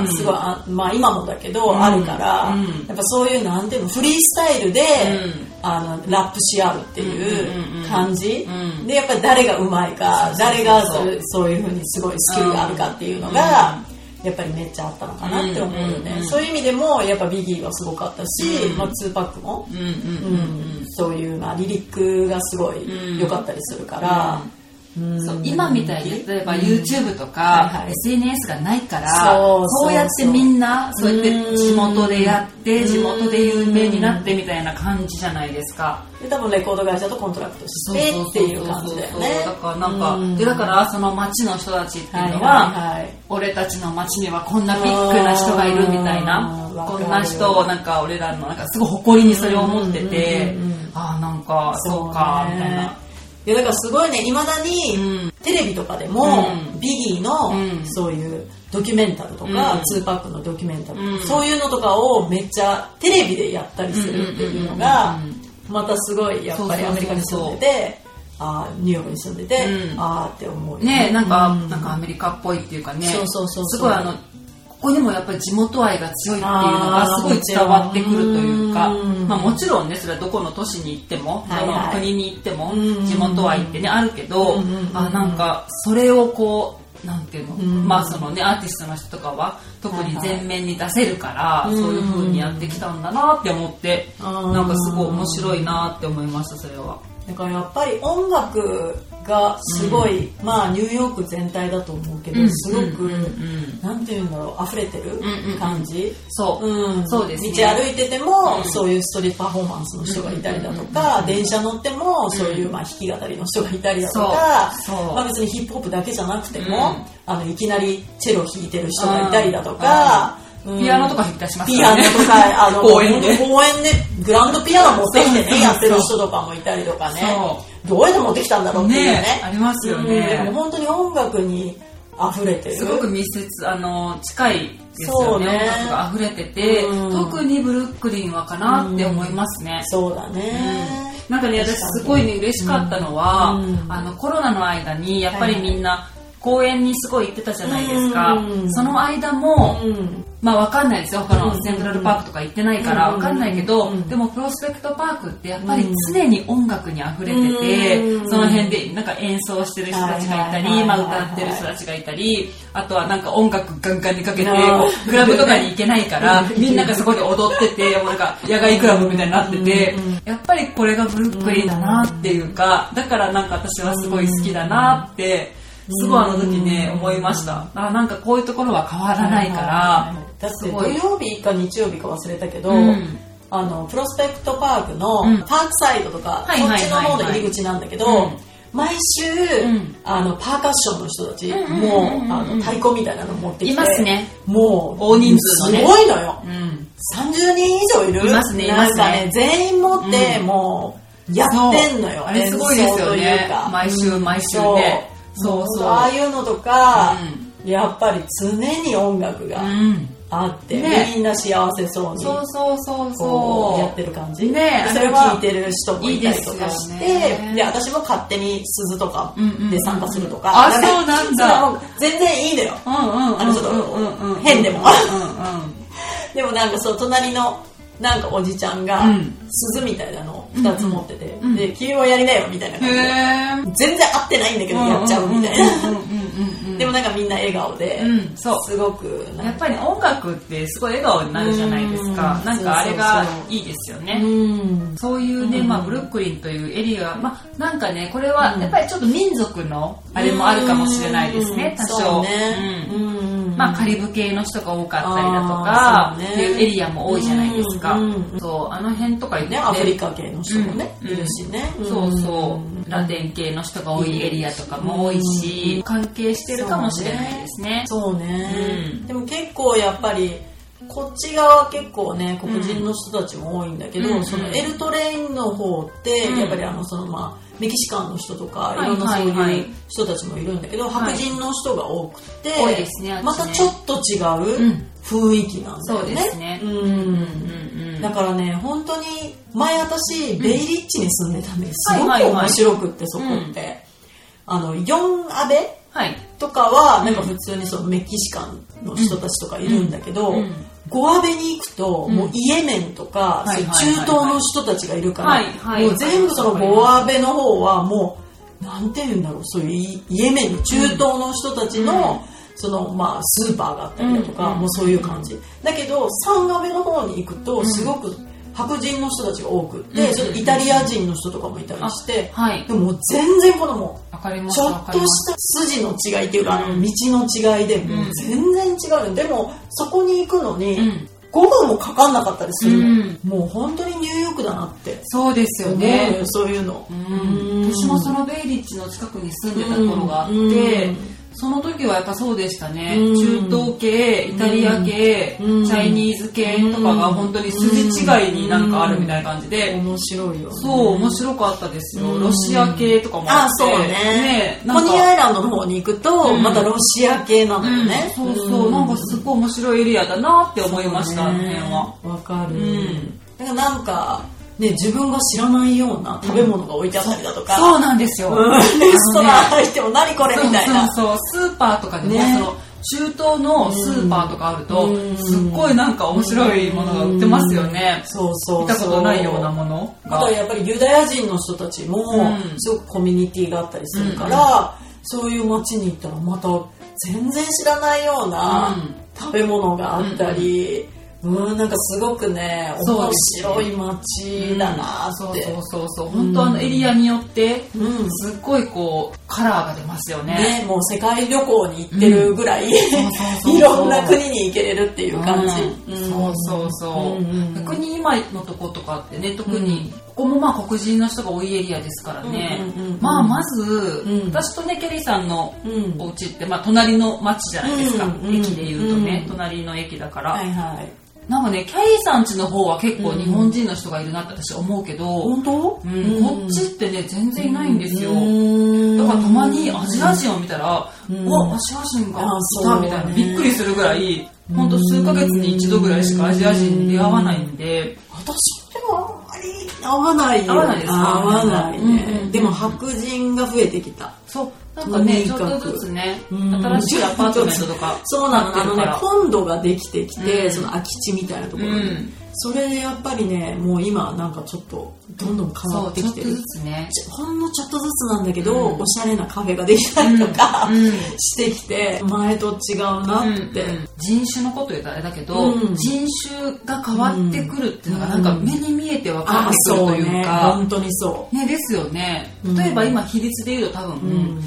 [SPEAKER 3] がすごいあ、まあ今もだけど、
[SPEAKER 1] うん
[SPEAKER 3] あるから、
[SPEAKER 1] うん
[SPEAKER 3] やっぱそういうなんていうのフリースタイルで、
[SPEAKER 1] う
[SPEAKER 3] あのラップし合うって
[SPEAKER 1] うんうんうん
[SPEAKER 3] いううん感じ、
[SPEAKER 1] うん
[SPEAKER 3] でやっぱり誰がうまいか
[SPEAKER 1] そうそうそう
[SPEAKER 3] 誰がそうそういうふうにすごいスキルがあるかっていうのが、やっぱりめっちゃあったのかなって思うよね、
[SPEAKER 1] うんうんうん
[SPEAKER 3] そういう意味でもやっぱビギーはすごかったし、
[SPEAKER 1] うん
[SPEAKER 3] まあ、2パックも、
[SPEAKER 1] うんうん
[SPEAKER 3] う
[SPEAKER 1] うん
[SPEAKER 3] ん
[SPEAKER 1] うん
[SPEAKER 3] そういう、まあ、リリックがすごい良かったりするから、うん
[SPEAKER 1] そう今みたいに例えば YouTube と
[SPEAKER 3] はい
[SPEAKER 1] か
[SPEAKER 3] はい
[SPEAKER 1] SNS がないから
[SPEAKER 3] そうそう
[SPEAKER 1] そうやってみんなそうやって地元でやって
[SPEAKER 3] うん
[SPEAKER 1] 地元で有名になってみたいな感じじゃないですか
[SPEAKER 3] で多分レコード会社とコントラクトし
[SPEAKER 1] そう
[SPEAKER 3] て
[SPEAKER 1] そうそう
[SPEAKER 3] っていう感じだよね
[SPEAKER 1] だからなんかで
[SPEAKER 3] う
[SPEAKER 1] だからその町の人たちって
[SPEAKER 3] はいいう
[SPEAKER 1] のは
[SPEAKER 3] はいはい
[SPEAKER 1] 俺たちの町にはこんなビッグな人がいるみたいな
[SPEAKER 3] あー
[SPEAKER 1] こんな人をなんか俺らのなんかすごい誇りにそれを持ってて
[SPEAKER 3] うんうんうんうん
[SPEAKER 1] ああなんかそうかみたいな。
[SPEAKER 3] いやだからすごいねいまだに、
[SPEAKER 1] うん
[SPEAKER 3] テレビとかでも、
[SPEAKER 1] うん
[SPEAKER 3] ビギーの、
[SPEAKER 1] うん
[SPEAKER 3] そういうドキュメンタルとか、
[SPEAKER 1] うん
[SPEAKER 3] ツーパックのドキュメンタル、
[SPEAKER 1] うん
[SPEAKER 3] そういうのとかをめっちゃテレビでやったりするっていうのが、
[SPEAKER 1] うんうんうん
[SPEAKER 3] またすごいやっぱり
[SPEAKER 1] そうそうそうそう
[SPEAKER 3] アメリカに住んでてあーニューヨークに住んでて、
[SPEAKER 1] うん
[SPEAKER 3] あーって思う
[SPEAKER 1] ねなんか、
[SPEAKER 3] うん
[SPEAKER 1] なんかアメリカっぽいっていうかね
[SPEAKER 3] そうそうそうそう
[SPEAKER 1] すごいあのここにもやっぱり地元愛が強いっていうの
[SPEAKER 3] あ
[SPEAKER 1] が
[SPEAKER 3] ー
[SPEAKER 1] すごい伝わってくるというか
[SPEAKER 3] もちろんうん
[SPEAKER 1] まあ、もちろんねそれはどこの都市に行っても、
[SPEAKER 3] はいはい
[SPEAKER 1] どの国に行っても
[SPEAKER 3] うん
[SPEAKER 1] 地元愛ってねあるけど、
[SPEAKER 3] うんうんうん
[SPEAKER 1] あなんかそれをこうなんていうの、
[SPEAKER 3] ん
[SPEAKER 1] まあそのねアーティストの人とかは特に前面に出せるから、
[SPEAKER 3] いはい
[SPEAKER 1] そういう風にやってきたんだなって思って、
[SPEAKER 3] うん
[SPEAKER 1] なんかすごい面白いなって思いましたそれは。
[SPEAKER 3] だからやっぱり音楽がすごい、まあニューヨーク全体だと思うけど、すごく、
[SPEAKER 1] うんうんうん
[SPEAKER 3] なんていうんだろう溢れてる
[SPEAKER 1] んうん
[SPEAKER 3] 感じ、
[SPEAKER 1] そう、そうですね
[SPEAKER 3] 道歩いてても、
[SPEAKER 1] うん
[SPEAKER 3] そういうストリパフォーマンスの人がいたりだとか、電車乗ってもそういうまあ弾き語りの人がいたりだとか、
[SPEAKER 1] そうそう
[SPEAKER 3] まあ、別にヒップホップだけじゃなくても、
[SPEAKER 1] うん
[SPEAKER 3] あのいきなりチェロ弾いてる人がいたりだとか、うん
[SPEAKER 1] ピアノとか弾き出します
[SPEAKER 3] ピ
[SPEAKER 1] か
[SPEAKER 3] ア
[SPEAKER 1] ら
[SPEAKER 3] ノ
[SPEAKER 1] ね
[SPEAKER 3] とか、あの、
[SPEAKER 1] 公園で
[SPEAKER 3] 公園でグランドピアノ持ってきて
[SPEAKER 1] そう
[SPEAKER 3] ね、やってる人とかもいたりとかね
[SPEAKER 1] そ、
[SPEAKER 3] どうやって持ってきたんだろうっていうね。
[SPEAKER 1] ねありますよね
[SPEAKER 3] うんでも本当に音楽に溢れてる。
[SPEAKER 1] すごく密接あの近いです
[SPEAKER 3] そ
[SPEAKER 1] よ
[SPEAKER 3] う
[SPEAKER 1] ね
[SPEAKER 3] ね
[SPEAKER 1] 音楽が溢れてて、
[SPEAKER 3] うん
[SPEAKER 1] 特にブルックリンはかなって思いますね、
[SPEAKER 3] そうだね。
[SPEAKER 1] なんかね私すごいね嬉しかったのは、
[SPEAKER 3] うん
[SPEAKER 1] あのコロナの間にやっぱりみんな公園にすごい行ってたじゃないですか、
[SPEAKER 3] うん
[SPEAKER 1] その間も、
[SPEAKER 3] うん。
[SPEAKER 1] まあわかんないですよ他
[SPEAKER 3] う
[SPEAKER 1] の
[SPEAKER 3] ん
[SPEAKER 1] セントラルパークとか行ってないから
[SPEAKER 3] うん
[SPEAKER 1] わかんないけど、
[SPEAKER 3] うん
[SPEAKER 1] でもプロスペクトパークってやっぱり常に音楽に溢れてて、
[SPEAKER 3] うん
[SPEAKER 1] その辺でなんか演奏してる人たちがいた
[SPEAKER 3] はいはいはいは
[SPEAKER 1] り、
[SPEAKER 3] い
[SPEAKER 1] まあ、歌ってる人たちがいたりあとはなんか音楽ガンガンにかけて
[SPEAKER 3] あー
[SPEAKER 1] こうクラブとかに行けないからみんながそこで踊っててもうなんか野外クラブみたいになっててやっぱりこれがブルックリンだなっていうかだからなんか私はすごい好きだなってすごいあの時ね思いましたあなんかこういうところは変わらないから
[SPEAKER 3] だって
[SPEAKER 1] すご
[SPEAKER 3] 土
[SPEAKER 1] い
[SPEAKER 3] 曜日か日曜日か忘れたけど、
[SPEAKER 1] うん
[SPEAKER 3] あのプロスペクトパークの
[SPEAKER 1] うん
[SPEAKER 3] パークサイドとか、
[SPEAKER 1] はいはいはいはい
[SPEAKER 3] そっちの方の入り口なんだけど、
[SPEAKER 1] うん
[SPEAKER 3] 毎週、
[SPEAKER 1] うん
[SPEAKER 3] あのパーカッションの人たち、
[SPEAKER 1] うんうん
[SPEAKER 3] も
[SPEAKER 1] うんうん
[SPEAKER 3] うあの太鼓みたいなの持ってきて
[SPEAKER 1] いますね
[SPEAKER 3] もう
[SPEAKER 1] 大人数のね
[SPEAKER 3] すごいのよ
[SPEAKER 1] うん
[SPEAKER 3] 30人以上いる
[SPEAKER 1] いますねい
[SPEAKER 3] な
[SPEAKER 1] ま
[SPEAKER 3] ん
[SPEAKER 1] すね
[SPEAKER 3] かね全員持って、
[SPEAKER 1] うん
[SPEAKER 3] もうやってんのよ
[SPEAKER 1] あれすごいですよ
[SPEAKER 3] 演奏と
[SPEAKER 1] ね
[SPEAKER 3] いうか
[SPEAKER 1] 毎週毎週ね
[SPEAKER 3] そ
[SPEAKER 1] そうう
[SPEAKER 3] そ
[SPEAKER 1] そうう
[SPEAKER 3] ああいうのとか、
[SPEAKER 1] う
[SPEAKER 3] やっぱり常に音楽が
[SPEAKER 1] うん
[SPEAKER 3] あって、
[SPEAKER 1] ね
[SPEAKER 3] みんな幸せそうに
[SPEAKER 1] そうそうそう
[SPEAKER 3] こ
[SPEAKER 1] そうう
[SPEAKER 3] やってる感じ、
[SPEAKER 1] ね
[SPEAKER 3] でそれを
[SPEAKER 1] あれは
[SPEAKER 3] 聞いてる人もいたりとかして
[SPEAKER 1] いいですよね
[SPEAKER 3] で私も勝手に鈴とか
[SPEAKER 1] うんうんうん
[SPEAKER 3] で参加するとか、
[SPEAKER 1] あそうなんだ
[SPEAKER 3] それも全然いいんだよ
[SPEAKER 1] うんうんうん
[SPEAKER 3] あのちょっと
[SPEAKER 1] うんうん
[SPEAKER 3] 変でも
[SPEAKER 1] うんうん
[SPEAKER 3] でもなんかそう隣のなんかおじちゃんが
[SPEAKER 1] うん
[SPEAKER 3] 鈴みたいなのを2つ持ってて、
[SPEAKER 1] ん
[SPEAKER 3] で君はやりなよみたいな感じで
[SPEAKER 1] へー
[SPEAKER 3] 全然合ってないんだけどやっちゃうみたいな、
[SPEAKER 1] うんうんうんうん
[SPEAKER 3] でもなんかみんな笑顔で、
[SPEAKER 1] うんそう
[SPEAKER 3] すごく
[SPEAKER 1] やっぱり音楽ってすごい笑顔になるじゃないですか
[SPEAKER 3] うん
[SPEAKER 1] なんかあれが
[SPEAKER 3] そうそうそう
[SPEAKER 1] いいですよ
[SPEAKER 3] う
[SPEAKER 1] ね
[SPEAKER 3] ん
[SPEAKER 1] そういうね、まあ、ブルックリンというエリア、まあ、なんかねこれはやっぱりちょっと民族のあれもあるかもしれないですね、多
[SPEAKER 3] そう
[SPEAKER 1] 少
[SPEAKER 3] ね、
[SPEAKER 1] うん
[SPEAKER 3] うんうんうん
[SPEAKER 1] まあ、カリブ系の人が多かったりだとか、
[SPEAKER 3] あーそうね
[SPEAKER 1] っていうエリアも多いじゃないですか、
[SPEAKER 3] うんうん
[SPEAKER 1] そうあの辺とか言って、
[SPEAKER 3] ね、アフリカ系の人もね、
[SPEAKER 1] うん
[SPEAKER 3] いるしね、
[SPEAKER 1] そうそうラテン系の人が多いエリアとかも多いし、関係してるかもしれないですね
[SPEAKER 3] そうね、
[SPEAKER 1] うん
[SPEAKER 3] でも結構やっぱりこっち側結構ね黒人の人たちも多いんだけど、
[SPEAKER 1] うん
[SPEAKER 3] そのエルトレインの方って、
[SPEAKER 1] うん
[SPEAKER 3] やっぱりあのそのまあメキシカンの人とか
[SPEAKER 1] い
[SPEAKER 3] いろんなそう
[SPEAKER 1] はいはいいう
[SPEAKER 3] 人たちもいるんだけど、
[SPEAKER 1] はい
[SPEAKER 3] 白人の人が多くて、
[SPEAKER 1] 多いですねあっちね
[SPEAKER 3] またちょっと違ううん雰囲気なんだよ
[SPEAKER 1] そう
[SPEAKER 3] ね。
[SPEAKER 1] ですね
[SPEAKER 3] う
[SPEAKER 1] うん
[SPEAKER 3] ん
[SPEAKER 1] うんうん
[SPEAKER 3] だからね本当に前私ベイリッチに住んでたんですすご
[SPEAKER 1] はいはい
[SPEAKER 3] く
[SPEAKER 1] はい
[SPEAKER 3] 面白くってそこって、あの4安倍
[SPEAKER 1] はい
[SPEAKER 3] とかはなんか普通にそのメキシカンの人たちとかいるんだけど、
[SPEAKER 1] うんうん
[SPEAKER 3] ゴアベに行くと、
[SPEAKER 1] うん
[SPEAKER 3] もうイエメンと
[SPEAKER 1] は
[SPEAKER 3] か、
[SPEAKER 1] いはいはいはい
[SPEAKER 3] そういう中東の人たちがいるから、
[SPEAKER 1] はいはい
[SPEAKER 3] もう全部そのゴアベの方はもうなんて言うんだろうそういうイイエメンの中東の人たちの、そのまあスーパーがあったりだとか、
[SPEAKER 1] うん
[SPEAKER 3] もうそういう感じだけどサンガベの方に行くとすごく白人の人たちが多くって、
[SPEAKER 1] うん
[SPEAKER 3] それイタリア人の人とかもいたりして、
[SPEAKER 1] はい
[SPEAKER 3] でももう全然このもう
[SPEAKER 1] わかりま
[SPEAKER 3] ち
[SPEAKER 1] す
[SPEAKER 3] ょ
[SPEAKER 1] わ
[SPEAKER 3] っ
[SPEAKER 1] か
[SPEAKER 3] と
[SPEAKER 1] りま
[SPEAKER 3] し
[SPEAKER 1] す
[SPEAKER 3] た筋の違いっていうか、あ
[SPEAKER 1] うん
[SPEAKER 3] の道の違いでもう全然違う、でもそこに行くのに5分もかかんなかったりするの、
[SPEAKER 1] うん
[SPEAKER 3] もう本当にニューヨークだなって
[SPEAKER 1] そうですよ
[SPEAKER 3] 思うの
[SPEAKER 1] ね
[SPEAKER 3] よ、そういうの、
[SPEAKER 1] うん私もそのベイリッジの近くに住んでた頃があって、
[SPEAKER 3] うん
[SPEAKER 1] その時はやっぱそうでしたね、
[SPEAKER 3] うん
[SPEAKER 1] 中東系イタリア系、
[SPEAKER 3] うん
[SPEAKER 1] チャイニーズ系とかが本当に筋違いになんかあるみたいな感じで、
[SPEAKER 3] 面白いよ、ね、
[SPEAKER 1] そう面白かったですよ、
[SPEAKER 3] うん
[SPEAKER 1] ロシア系とかもあっ
[SPEAKER 3] あ
[SPEAKER 1] て
[SPEAKER 3] そうね
[SPEAKER 1] な
[SPEAKER 3] コ
[SPEAKER 1] ん
[SPEAKER 3] ニ
[SPEAKER 1] か
[SPEAKER 3] ーアイランドの方に行くと、
[SPEAKER 1] うん
[SPEAKER 3] またロシア系なのよね、
[SPEAKER 1] うんそうそう、なんかすごい面白いエリアだなって思いました、あの辺は
[SPEAKER 3] わかる、
[SPEAKER 1] うん
[SPEAKER 3] だからなんかね自分が知らないような食べ物が置いてあったりだとか、
[SPEAKER 1] そうなんですよ、
[SPEAKER 3] うんレストラン入っても何これみたいな
[SPEAKER 1] そうそうそうスーパーとかでね
[SPEAKER 3] ね
[SPEAKER 1] その中東のスーパーとかあると、
[SPEAKER 3] うん
[SPEAKER 1] すっごいなんか面白いものが売ってますよね、
[SPEAKER 3] そうそうそう
[SPEAKER 1] 見たことないようなもの
[SPEAKER 3] あと
[SPEAKER 1] が
[SPEAKER 3] はやっぱりユダヤ人の人たちも
[SPEAKER 1] うん
[SPEAKER 3] すごくコミュニティがあったりするから、そういう街に行ったらまた全然知らないような
[SPEAKER 1] うん
[SPEAKER 3] 食べ物があったり、うんなんかすごくね
[SPEAKER 1] そう
[SPEAKER 3] 面
[SPEAKER 1] ですね
[SPEAKER 3] 白い街だなっ
[SPEAKER 1] そう
[SPEAKER 3] て、
[SPEAKER 1] そうそうそう本当あのエリアによって
[SPEAKER 3] うん
[SPEAKER 1] すっごいこうカラーが出ますよね
[SPEAKER 3] ね、もう世界旅行に行ってるぐらい、
[SPEAKER 1] そうそうそう
[SPEAKER 3] いろんな国に行けれるっていう感じ、
[SPEAKER 1] うんそうそうそう、
[SPEAKER 3] うんうん
[SPEAKER 1] 逆に今のとことかってね特に、ここもまあ黒人の人が多いエリアですからね、
[SPEAKER 3] うんうんうんうん
[SPEAKER 1] まあまず、
[SPEAKER 3] ん
[SPEAKER 1] 私とねケリーさんの
[SPEAKER 3] うん
[SPEAKER 1] お家って、まあ、隣の町じゃないですか、
[SPEAKER 3] うんうん
[SPEAKER 1] 駅で言うとね、
[SPEAKER 3] うん
[SPEAKER 1] 隣の駅だから、
[SPEAKER 3] はいはい
[SPEAKER 1] なんかねケリーさん家の方は結構日本人の人がいるなって私思うけど、
[SPEAKER 3] 本当、
[SPEAKER 1] うんこっちってね全然いないんですよ、
[SPEAKER 3] うん
[SPEAKER 1] だからたまにアジア人を見たら、う
[SPEAKER 3] うん
[SPEAKER 1] わ、アジア人が
[SPEAKER 3] あ
[SPEAKER 1] 来
[SPEAKER 3] そう
[SPEAKER 1] た
[SPEAKER 3] ね
[SPEAKER 1] みたいな、びっくりするぐらい、ほんと数ヶ月に一度ぐらいしかアジア人に出会わないんで、
[SPEAKER 3] 私でもあんまり合わないよ
[SPEAKER 1] 合わないですか
[SPEAKER 3] 合わないね、
[SPEAKER 1] うんうん
[SPEAKER 3] でも白人が増えてきた
[SPEAKER 1] そう、なんかね、
[SPEAKER 3] とに
[SPEAKER 1] ちょ
[SPEAKER 3] か
[SPEAKER 1] っ
[SPEAKER 3] く
[SPEAKER 1] とずつね、
[SPEAKER 3] うん、
[SPEAKER 1] 新しいアパートメントとか
[SPEAKER 3] そうなのあのね
[SPEAKER 1] なってるか
[SPEAKER 3] 今度ができてきて、
[SPEAKER 1] うん
[SPEAKER 3] その空き地みたいなところに、
[SPEAKER 1] うん
[SPEAKER 3] それでやっぱりねもう今なんかちょっとどんどん変
[SPEAKER 1] そ
[SPEAKER 3] わっ
[SPEAKER 1] う、ち
[SPEAKER 3] て
[SPEAKER 1] ょ
[SPEAKER 3] き
[SPEAKER 1] っと
[SPEAKER 3] てる
[SPEAKER 1] ずつね。
[SPEAKER 3] ちほんのちょっとずつなんだけど、
[SPEAKER 1] うん
[SPEAKER 3] おしゃれなカフェができたりとか、
[SPEAKER 1] うんうん
[SPEAKER 3] してきて前と違うな
[SPEAKER 1] うんう
[SPEAKER 3] って、
[SPEAKER 1] ん人種のこと言うとあれだけど、
[SPEAKER 3] うん
[SPEAKER 1] 人種が変わってくるっていうのがなんか目に見えて分かっ
[SPEAKER 3] ああ
[SPEAKER 1] てくる
[SPEAKER 3] そう
[SPEAKER 1] という
[SPEAKER 3] ね
[SPEAKER 1] か、
[SPEAKER 3] 本当にそ
[SPEAKER 1] ねですよね
[SPEAKER 3] うん
[SPEAKER 1] 例えば今比率で言うと多分、
[SPEAKER 3] う
[SPEAKER 1] う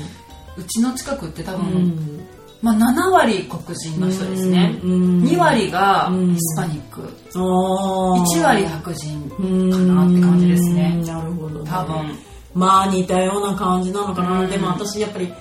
[SPEAKER 3] うん
[SPEAKER 1] ちの近くって多
[SPEAKER 3] う
[SPEAKER 1] 分、まあ、7割黒人の人ですね、
[SPEAKER 3] うん
[SPEAKER 1] 2割が
[SPEAKER 3] うん
[SPEAKER 1] ヒスパニック、
[SPEAKER 3] あー
[SPEAKER 1] 1割白人
[SPEAKER 3] うーん
[SPEAKER 1] かなって感じですね
[SPEAKER 3] なるほど、ね、
[SPEAKER 1] 多分
[SPEAKER 3] まあ似たような感じなのかな、
[SPEAKER 1] うん
[SPEAKER 3] でも私やっぱり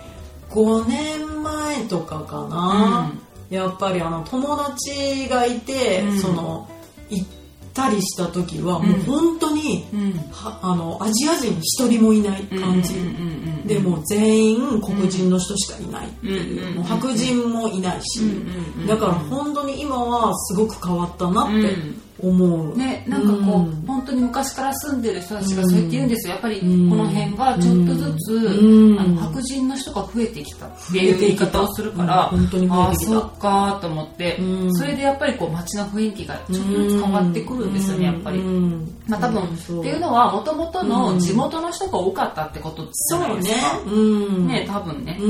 [SPEAKER 3] 5年前とかかな、やっぱりあの友達がいて、
[SPEAKER 1] うん
[SPEAKER 3] その行ったりした時は
[SPEAKER 1] うん
[SPEAKER 3] もう本当に、
[SPEAKER 1] うんうん
[SPEAKER 3] はあのアジア人一人もいない感じ、
[SPEAKER 1] うんうんうんうん
[SPEAKER 3] でもう全員黒人の人しかいないっていう,、
[SPEAKER 1] うん
[SPEAKER 3] もう白人もいないし、
[SPEAKER 1] うんうんうん
[SPEAKER 3] だから本当に今はすごく変わったなって思う、
[SPEAKER 1] ね、なんかこう、
[SPEAKER 3] うん
[SPEAKER 1] 本当に昔から住んでる人たちがそうやって言うんですよ、やっぱりこの辺がちょっとずつ、
[SPEAKER 3] うん
[SPEAKER 1] あの白人の人が増えてきたっていう言い方をするから、
[SPEAKER 3] うん本当に増
[SPEAKER 1] あ
[SPEAKER 3] え
[SPEAKER 1] あ
[SPEAKER 3] てきた
[SPEAKER 1] そうかと思って、
[SPEAKER 3] うん
[SPEAKER 1] それでやっぱりこう街の雰囲気がちょっとずつ変わってくるんですよね、やっぱり。
[SPEAKER 3] うん
[SPEAKER 1] まあ、多分、
[SPEAKER 3] うんそう
[SPEAKER 1] っていうのはもともとの地元の人が多かったってことじゃな
[SPEAKER 3] そ
[SPEAKER 1] いうで
[SPEAKER 3] ね
[SPEAKER 1] すか。
[SPEAKER 3] うん
[SPEAKER 1] ね多分ね、
[SPEAKER 3] う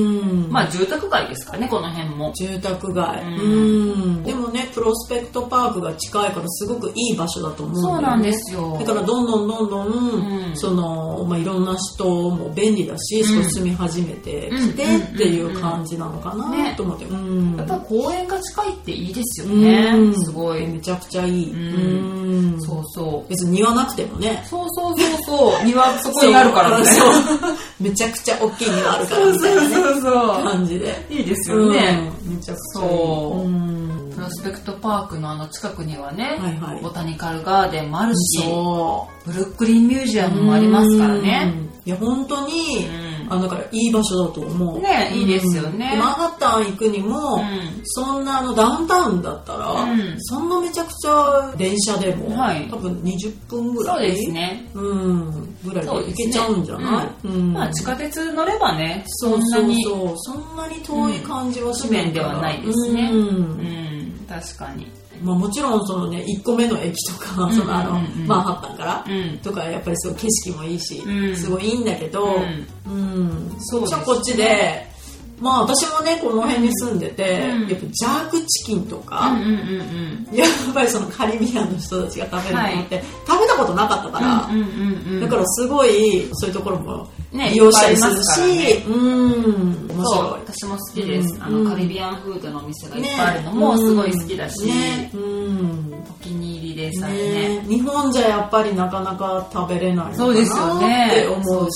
[SPEAKER 3] ん
[SPEAKER 1] まあ住宅街ですかねこの辺も
[SPEAKER 3] 住宅街
[SPEAKER 1] う
[SPEAKER 3] うんんでもねプロスペクトパークが近いからすごくいい場所だと思う
[SPEAKER 1] そう
[SPEAKER 3] んだよね
[SPEAKER 1] なんですよ
[SPEAKER 3] だからどんどんどんどん、
[SPEAKER 1] うん
[SPEAKER 3] そのまあ、いろんな人も便利だし、
[SPEAKER 1] うん
[SPEAKER 3] 少し住み始めてきて
[SPEAKER 1] うん
[SPEAKER 3] っていう感じなのかな
[SPEAKER 1] ね
[SPEAKER 3] と思って、うん
[SPEAKER 1] やっぱ公園が近いっていいですよね、
[SPEAKER 3] うん
[SPEAKER 1] すごい、
[SPEAKER 3] めちゃくちゃいい、
[SPEAKER 1] うん
[SPEAKER 3] うん
[SPEAKER 1] そうそう
[SPEAKER 3] 別に庭なくてもね
[SPEAKER 1] そうそうそうそう庭そこにあるからみたいな
[SPEAKER 3] そうそうめちゃくちゃ大きい庭あるからみたいな、ね、
[SPEAKER 1] そうそう
[SPEAKER 3] 感じで
[SPEAKER 1] いいですよね、
[SPEAKER 3] うんめちゃくちゃいい
[SPEAKER 1] そう
[SPEAKER 3] うん
[SPEAKER 1] プロスペクトパークのあの近くにはね、
[SPEAKER 3] はいはい
[SPEAKER 1] ボタニカルガーデンもあるし
[SPEAKER 3] そ
[SPEAKER 1] ブルックリンミュージア
[SPEAKER 3] う
[SPEAKER 1] ムもありますからね
[SPEAKER 3] うんいや本当に、
[SPEAKER 1] うん
[SPEAKER 3] あのだからいい場所だと思う
[SPEAKER 1] ねいいですよね
[SPEAKER 3] うんマンハッタン行くにも、
[SPEAKER 1] うん
[SPEAKER 3] そんなあのダウンタウンだったら、
[SPEAKER 1] うん
[SPEAKER 3] そんなめちゃくちゃ電車でも、
[SPEAKER 1] はい
[SPEAKER 3] 多分20分ぐ
[SPEAKER 1] そう
[SPEAKER 3] らい
[SPEAKER 1] ですね
[SPEAKER 3] うんぐらいで
[SPEAKER 1] そうで
[SPEAKER 3] 行
[SPEAKER 1] すね
[SPEAKER 3] けちゃうんじゃないうん
[SPEAKER 1] まあ地下鉄乗ればね
[SPEAKER 3] そ
[SPEAKER 1] そ
[SPEAKER 3] うん
[SPEAKER 1] な
[SPEAKER 3] そう
[SPEAKER 1] に
[SPEAKER 3] そうそんなに遠い感じはしないから、
[SPEAKER 1] うん不便ではないですね
[SPEAKER 3] うん
[SPEAKER 1] うん確かに
[SPEAKER 3] まあ、もちろんそのね1個目の駅とか
[SPEAKER 1] ん
[SPEAKER 3] そのあの
[SPEAKER 1] うんうん
[SPEAKER 3] マンハッタンから
[SPEAKER 1] うん
[SPEAKER 3] とかやっぱりそう景色もいいし、
[SPEAKER 1] うん
[SPEAKER 3] すごいいいんだけど、
[SPEAKER 1] う
[SPEAKER 3] うん
[SPEAKER 1] そう
[SPEAKER 3] そ
[SPEAKER 1] です
[SPEAKER 3] っちは
[SPEAKER 1] ね
[SPEAKER 3] こっちでまあ私もねこの辺に住んでて、
[SPEAKER 1] うん
[SPEAKER 3] やっぱジャークチキンと
[SPEAKER 1] うん
[SPEAKER 3] か、
[SPEAKER 1] うんうんうん
[SPEAKER 3] やっぱりそのカリビアンの人たちが食べるのって、食べたことなかったから、
[SPEAKER 1] うんうんうんうん
[SPEAKER 3] だからすごいそういうところも
[SPEAKER 1] ね
[SPEAKER 3] 利用したりする
[SPEAKER 1] いっぱいあり
[SPEAKER 3] し、うん面
[SPEAKER 1] そう
[SPEAKER 3] 白い。
[SPEAKER 1] 私も好きです、
[SPEAKER 3] うん
[SPEAKER 1] あの
[SPEAKER 3] うん
[SPEAKER 1] カリビアンフードのお店がいっぱいあるのもすごい好きだし、
[SPEAKER 3] ねうん
[SPEAKER 1] お気に入りですあれね
[SPEAKER 3] ね、日本じゃやっぱりなかなか食べれないの
[SPEAKER 1] そうですよ
[SPEAKER 3] かな
[SPEAKER 1] ね
[SPEAKER 3] って思う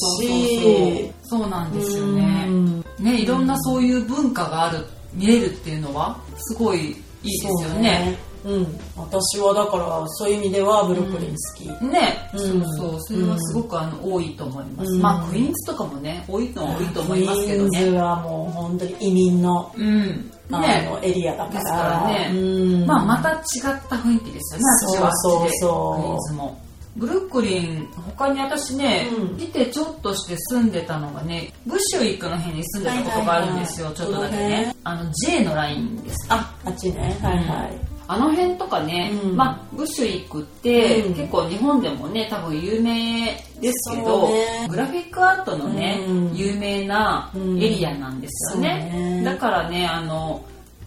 [SPEAKER 1] そうそうそ
[SPEAKER 3] し
[SPEAKER 1] うそうなんですよ
[SPEAKER 3] う
[SPEAKER 1] ね
[SPEAKER 3] ん
[SPEAKER 1] ねいろんなそういう文化がある見れるっていうのはすごいいいですよね
[SPEAKER 3] そうねうん、私はだからそういう意味ではブルックリン好き、
[SPEAKER 1] ね
[SPEAKER 3] うん
[SPEAKER 1] そうそうそれはすごくあの多いと思います、
[SPEAKER 3] うん
[SPEAKER 1] まあクイーンズとかもね多いのは多いと思いますけど
[SPEAKER 3] クイーン
[SPEAKER 1] ね
[SPEAKER 3] ズはもう本当に移民の,、
[SPEAKER 1] うん
[SPEAKER 3] あ
[SPEAKER 1] ね
[SPEAKER 3] のエリアだか
[SPEAKER 1] ですから
[SPEAKER 3] ら
[SPEAKER 1] ね
[SPEAKER 3] うん
[SPEAKER 1] まあ、また違った雰囲気ですよね、私は
[SPEAKER 3] そうそうそう
[SPEAKER 1] あっちでクイーンズも。ブルックリン、他に私ね、
[SPEAKER 3] うん
[SPEAKER 1] 来てちょっとして住んでたのがね、ブッシュウィックの辺に住んでたことがあるんですよ、
[SPEAKER 3] はい
[SPEAKER 1] ち
[SPEAKER 3] は
[SPEAKER 1] ょ
[SPEAKER 3] い
[SPEAKER 1] っとだけ
[SPEAKER 3] そう
[SPEAKER 1] ね
[SPEAKER 3] ね。
[SPEAKER 1] あの J のラインです。
[SPEAKER 3] ああっちねはいはい、
[SPEAKER 1] あの辺とかね、
[SPEAKER 3] うん
[SPEAKER 1] まあ、ブッシュウィックって、
[SPEAKER 3] うん
[SPEAKER 1] 結構日本でもね、多分有名ですけ
[SPEAKER 3] そ
[SPEAKER 1] ど、
[SPEAKER 3] うね
[SPEAKER 1] グラフィックアートのね、
[SPEAKER 3] うん
[SPEAKER 1] 有名なエリアなんですよね。
[SPEAKER 3] うんそうね
[SPEAKER 1] だからね、あの、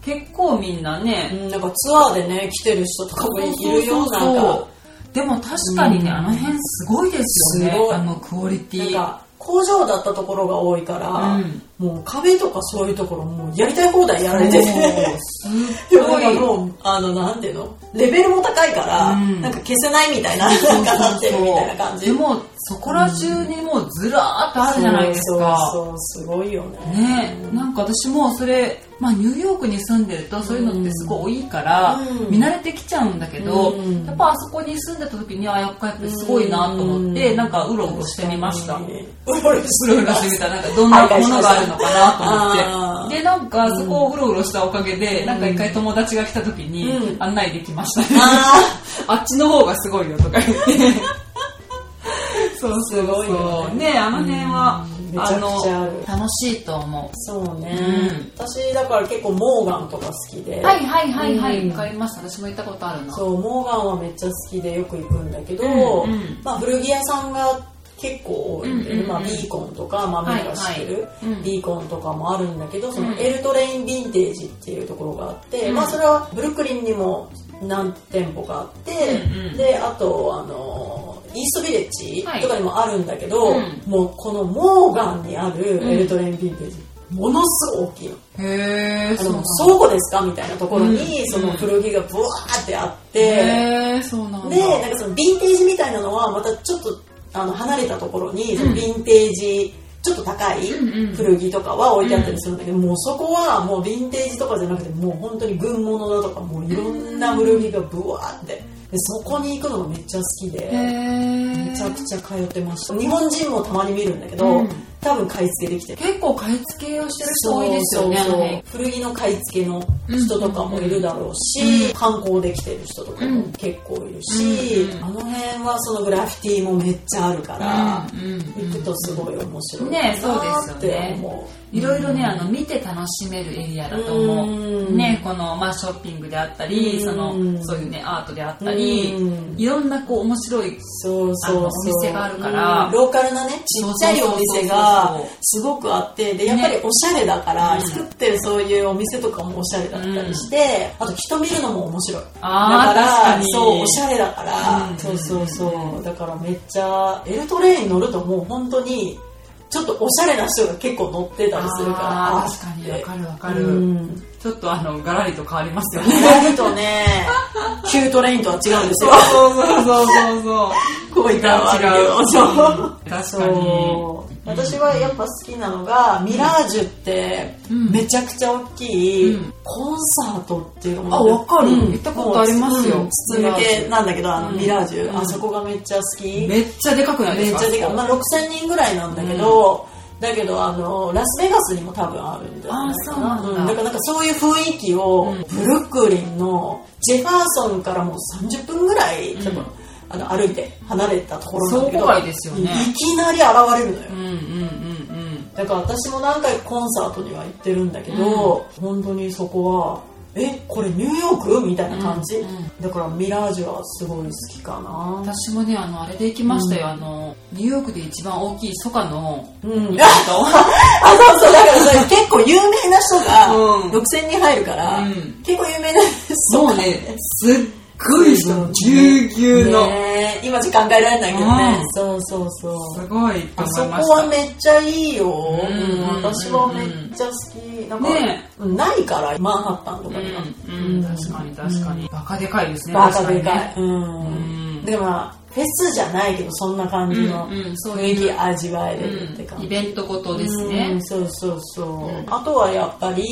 [SPEAKER 1] 結構みんなね、
[SPEAKER 3] うん、なんかツアーでね来てる人とかもいるようななんか
[SPEAKER 1] でも確かにね、
[SPEAKER 3] うん
[SPEAKER 1] あの辺すごいですよ
[SPEAKER 3] す
[SPEAKER 1] ね
[SPEAKER 3] ごい
[SPEAKER 1] あのクオリテ
[SPEAKER 3] なん
[SPEAKER 1] ィ
[SPEAKER 3] か工場だったところが多いから、
[SPEAKER 1] うん
[SPEAKER 3] もう壁とかそういうところもうやりたい放題やられてて
[SPEAKER 1] もう
[SPEAKER 3] です
[SPEAKER 1] っ
[SPEAKER 3] も
[SPEAKER 1] ご
[SPEAKER 3] なん
[SPEAKER 1] い
[SPEAKER 3] かもうあのなんていうのレベルも高いから、
[SPEAKER 1] うん
[SPEAKER 3] なんか消せないみたいななんかなってるみたいな感じ
[SPEAKER 1] でもそこら中にもうずらーっとあるじゃないです
[SPEAKER 3] そ
[SPEAKER 1] か
[SPEAKER 3] うそうすごいよね
[SPEAKER 1] ねなんか私もそれ、まあ、ニューヨークに住んでるとそういうのってすごい多いから、
[SPEAKER 3] うん
[SPEAKER 1] 見慣れてきちゃうんだけど、
[SPEAKER 3] うん
[SPEAKER 1] やっぱあそこに住んでた時にあやっぱりすごいなと思って、なんかうろうろしてみました。
[SPEAKER 3] うろうろ
[SPEAKER 1] う
[SPEAKER 3] し
[SPEAKER 1] ろ
[SPEAKER 3] て
[SPEAKER 1] う
[SPEAKER 3] み
[SPEAKER 1] ろ
[SPEAKER 3] ま
[SPEAKER 1] して
[SPEAKER 3] し
[SPEAKER 1] みたらなんかどんなものがあるのかなと思
[SPEAKER 3] あ
[SPEAKER 1] っ
[SPEAKER 3] ー
[SPEAKER 1] てでなんかそこをうろうろしたおかげで、なんか一回友達が来た時に
[SPEAKER 3] うん
[SPEAKER 1] 案内できましたね、
[SPEAKER 3] あ
[SPEAKER 1] あっちの方がすごいよとか言って そうそう
[SPEAKER 3] すごい
[SPEAKER 1] そ
[SPEAKER 3] よ
[SPEAKER 1] う
[SPEAKER 3] ね
[SPEAKER 1] ねあの辺は、
[SPEAKER 3] うん
[SPEAKER 1] あ
[SPEAKER 3] めちゃくちゃある
[SPEAKER 1] の楽しいと思
[SPEAKER 3] そうね、
[SPEAKER 1] うん
[SPEAKER 3] 私だから結構モーガンとか好きで、
[SPEAKER 1] うはいはいはいはい
[SPEAKER 3] うん
[SPEAKER 1] わかります私も行ったことあるな
[SPEAKER 3] そうモーガンはめっちゃ好きでよく行くんだけど、
[SPEAKER 1] うんうん
[SPEAKER 3] まあ、古着屋さんが結構多いんで、
[SPEAKER 1] うんうんうん
[SPEAKER 3] まあ、ビーコンとか、まあ、みんなが知ってる、
[SPEAKER 1] はいはいうん
[SPEAKER 3] ビーコンとかもあるんだけどその
[SPEAKER 1] うん
[SPEAKER 3] エルトレインヴィンテージっていうところがあって、
[SPEAKER 1] うん
[SPEAKER 3] まあ、それはブルックリンにも何店舗かあって、
[SPEAKER 1] うんうん
[SPEAKER 3] であとあのイーストビレッジ
[SPEAKER 1] はい
[SPEAKER 3] とかにもあるんだけど、
[SPEAKER 1] うん
[SPEAKER 3] もうこのモーガンにあるエルトレインヴィンテージ、ものすごい大きいの。
[SPEAKER 1] へえ
[SPEAKER 3] あ
[SPEAKER 1] そうな
[SPEAKER 3] の
[SPEAKER 1] んだ
[SPEAKER 3] 倉庫ですかみたいなところに、
[SPEAKER 1] うん
[SPEAKER 3] その古着がブワーってあって、
[SPEAKER 1] へえそうなんだ
[SPEAKER 3] でなんかそのヴィンテージみたいなのはまたちょっとあの離れたところにそのヴィンテージちょっと高い
[SPEAKER 1] うんうん
[SPEAKER 3] 古着とかは置いてあったりするんだけど、もうそこはもうヴィンテージとかじゃなくてもう本当に軍物だとかもういろんな古着がブワーってでそこに行くのがめっちゃ好き
[SPEAKER 1] へ
[SPEAKER 3] で
[SPEAKER 1] え
[SPEAKER 3] めちゃくちゃ通ってました日本人もたまに見るんだけど、
[SPEAKER 1] うん
[SPEAKER 3] 多分買い付けできてる
[SPEAKER 1] 結構買い付けをしてる人多いですよね
[SPEAKER 3] そうそ
[SPEAKER 1] あの
[SPEAKER 3] うそう
[SPEAKER 1] 辺
[SPEAKER 3] 古着の買い付けの人とかもいるだろうし、観光で来てる人とかも結構いるし、
[SPEAKER 1] うんうん
[SPEAKER 3] あの辺はそのグラフィティもめっちゃあるから、
[SPEAKER 1] うんうんうん
[SPEAKER 3] 行くとすごい面白いな
[SPEAKER 1] ねそうですよ
[SPEAKER 3] っ
[SPEAKER 1] ね
[SPEAKER 3] て思う。
[SPEAKER 1] いろいろね、あの、見て楽しめるエリアだと思
[SPEAKER 3] う
[SPEAKER 1] う。
[SPEAKER 3] ん
[SPEAKER 1] ね、この、まあ、ショッピングであったり、
[SPEAKER 3] うん
[SPEAKER 1] その、そういうね、アートであったり
[SPEAKER 3] う、ん
[SPEAKER 1] いろんな、こう、面白い。
[SPEAKER 3] そうそうそう
[SPEAKER 1] あのお店があるから
[SPEAKER 3] うんローカルなねちっちゃいお店がが
[SPEAKER 1] そう
[SPEAKER 3] すごくあってでやっぱり
[SPEAKER 1] ね
[SPEAKER 3] おしゃれだから、
[SPEAKER 1] うん
[SPEAKER 3] 作ってるそういうお店とかもおしゃれだったりして、あと人見るのも面白いだ
[SPEAKER 1] あー確かに
[SPEAKER 3] そうおしゃれだから、
[SPEAKER 1] うん
[SPEAKER 3] そうそうそうだからめっちゃ L トレイン乗るともう本当にちょっとおしゃれな人が結構乗ってたりするから
[SPEAKER 1] あ
[SPEAKER 3] あ
[SPEAKER 1] ー
[SPEAKER 3] ー
[SPEAKER 1] 確かに
[SPEAKER 3] っ
[SPEAKER 1] わ
[SPEAKER 3] て
[SPEAKER 1] かるわかる、
[SPEAKER 3] うん
[SPEAKER 1] ちょっとあのガラリと変わりますよ
[SPEAKER 3] 意
[SPEAKER 1] ね
[SPEAKER 3] 外と ね Q トレインとは違うんですよ
[SPEAKER 1] そうそうそうそうそう
[SPEAKER 3] こういったのはあるけどそう
[SPEAKER 1] 違う確かに
[SPEAKER 3] そう私はやっぱ好きなのがミラージュって
[SPEAKER 1] うん
[SPEAKER 3] めちゃくちゃ大きい
[SPEAKER 1] うん
[SPEAKER 3] コンサートっていうの
[SPEAKER 1] あわかる
[SPEAKER 3] うん
[SPEAKER 1] 行ったことありますよ
[SPEAKER 3] もう筒抜けなんだけどあの
[SPEAKER 1] うん
[SPEAKER 3] ミラージュ、
[SPEAKER 1] うん
[SPEAKER 3] あそこがめっちゃ好きめっ
[SPEAKER 1] めっちゃでかくないです
[SPEAKER 3] ち
[SPEAKER 1] か
[SPEAKER 3] ゃでかい、まあ、6000人ぐらいなんだけど、だけどあのラスベガスにも多分あるんだよね
[SPEAKER 1] あそうなんだ
[SPEAKER 3] だからなんかそういう雰囲気を、
[SPEAKER 1] うん
[SPEAKER 3] ブルックリンのジェファーソンからもう30分ぐらい多分、
[SPEAKER 1] うん
[SPEAKER 3] あの歩いて離れたところな
[SPEAKER 1] 倉
[SPEAKER 3] んだけど
[SPEAKER 1] 庫街ですよね
[SPEAKER 3] いきなり現れるのよ、
[SPEAKER 1] うんうんうん
[SPEAKER 3] だから私も何回コンサートには行ってるんだけど、本当にそこはえこれニューヨークみたいな感じ、
[SPEAKER 1] うんうん
[SPEAKER 3] だからミラージュはすごい好きかな
[SPEAKER 1] 私もねあのあれで行きましたよ、あのニューヨークで一番大きいソカ の
[SPEAKER 3] うん
[SPEAKER 1] イベン
[SPEAKER 3] あ
[SPEAKER 1] ト
[SPEAKER 3] そうそうだからそれ結構有名な人が
[SPEAKER 1] うん
[SPEAKER 3] 独占に入るから、
[SPEAKER 1] うん
[SPEAKER 3] 結構有名な人
[SPEAKER 1] も
[SPEAKER 3] が
[SPEAKER 1] うねすっごいそのぎゅうぎゅうの、
[SPEAKER 3] ね今じゃ考えられないけどね、
[SPEAKER 1] うん
[SPEAKER 3] そうそうそう
[SPEAKER 1] すごいと
[SPEAKER 3] あ
[SPEAKER 1] 思
[SPEAKER 3] そ
[SPEAKER 1] い
[SPEAKER 3] こ
[SPEAKER 1] ました
[SPEAKER 3] はめっちゃいいよ、
[SPEAKER 1] ん
[SPEAKER 3] うん私はめっちゃ好き、なんか、
[SPEAKER 1] ね
[SPEAKER 3] うんないからマンハッタンとかには、
[SPEAKER 1] うん、うん、確かに確かに、バカでかいですね
[SPEAKER 3] バカでか
[SPEAKER 1] 確
[SPEAKER 3] い、
[SPEAKER 1] にね
[SPEAKER 3] うん
[SPEAKER 1] うん
[SPEAKER 3] でもまあフェスじゃないけどそんな感じの
[SPEAKER 1] うんうんそう
[SPEAKER 3] 雰囲気味わえれるって感
[SPEAKER 1] うん
[SPEAKER 3] じ、
[SPEAKER 1] イベントごとですね、
[SPEAKER 3] うんそうそうそう、
[SPEAKER 1] うん
[SPEAKER 3] あとはやっぱり、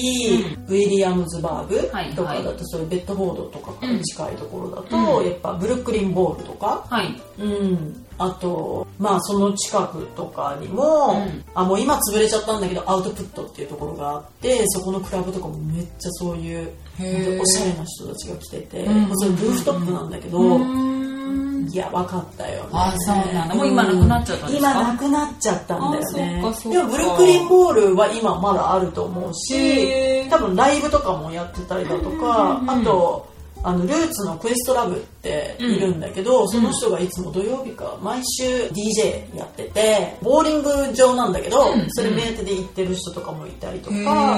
[SPEAKER 1] う
[SPEAKER 3] ウィリアムズバーグ
[SPEAKER 1] はい
[SPEAKER 3] とかだと、
[SPEAKER 1] は
[SPEAKER 3] そういうベッドフォードとかから近いところだと、
[SPEAKER 1] うん
[SPEAKER 3] やっぱブルックリンボールとか、
[SPEAKER 1] はい
[SPEAKER 3] うん、あとまあその近くとかにも、
[SPEAKER 1] うん
[SPEAKER 3] あもう今潰れちゃったんだけどアウトプットっていうところがあってそこのクラブとかもめっちゃそういう
[SPEAKER 1] へー
[SPEAKER 3] ほんとおしゃれな人たちが来てて、
[SPEAKER 1] うん
[SPEAKER 3] まあそれルーフトップなんだけど、
[SPEAKER 1] うん
[SPEAKER 3] いや、わかったよ、ね。
[SPEAKER 1] あそうなんだもう今なくなっちゃったんですか
[SPEAKER 3] 今なくなっちゃったんだよ
[SPEAKER 1] あ
[SPEAKER 3] ね。
[SPEAKER 1] そっかそっか
[SPEAKER 3] でも、ブルックリンボールは今まだあると思う
[SPEAKER 1] へ
[SPEAKER 3] し、
[SPEAKER 1] ー
[SPEAKER 3] 多分ライブとかもやってたりだ
[SPEAKER 1] う
[SPEAKER 3] とか、
[SPEAKER 1] んうんうん
[SPEAKER 3] あと、あのルーツのクエストラブっているんだけど、その人がいつも土曜日か毎週 DJ やっててボーリング場なんだけど、
[SPEAKER 1] うんうん
[SPEAKER 3] それ目当てで行ってる人とかもいたりとか、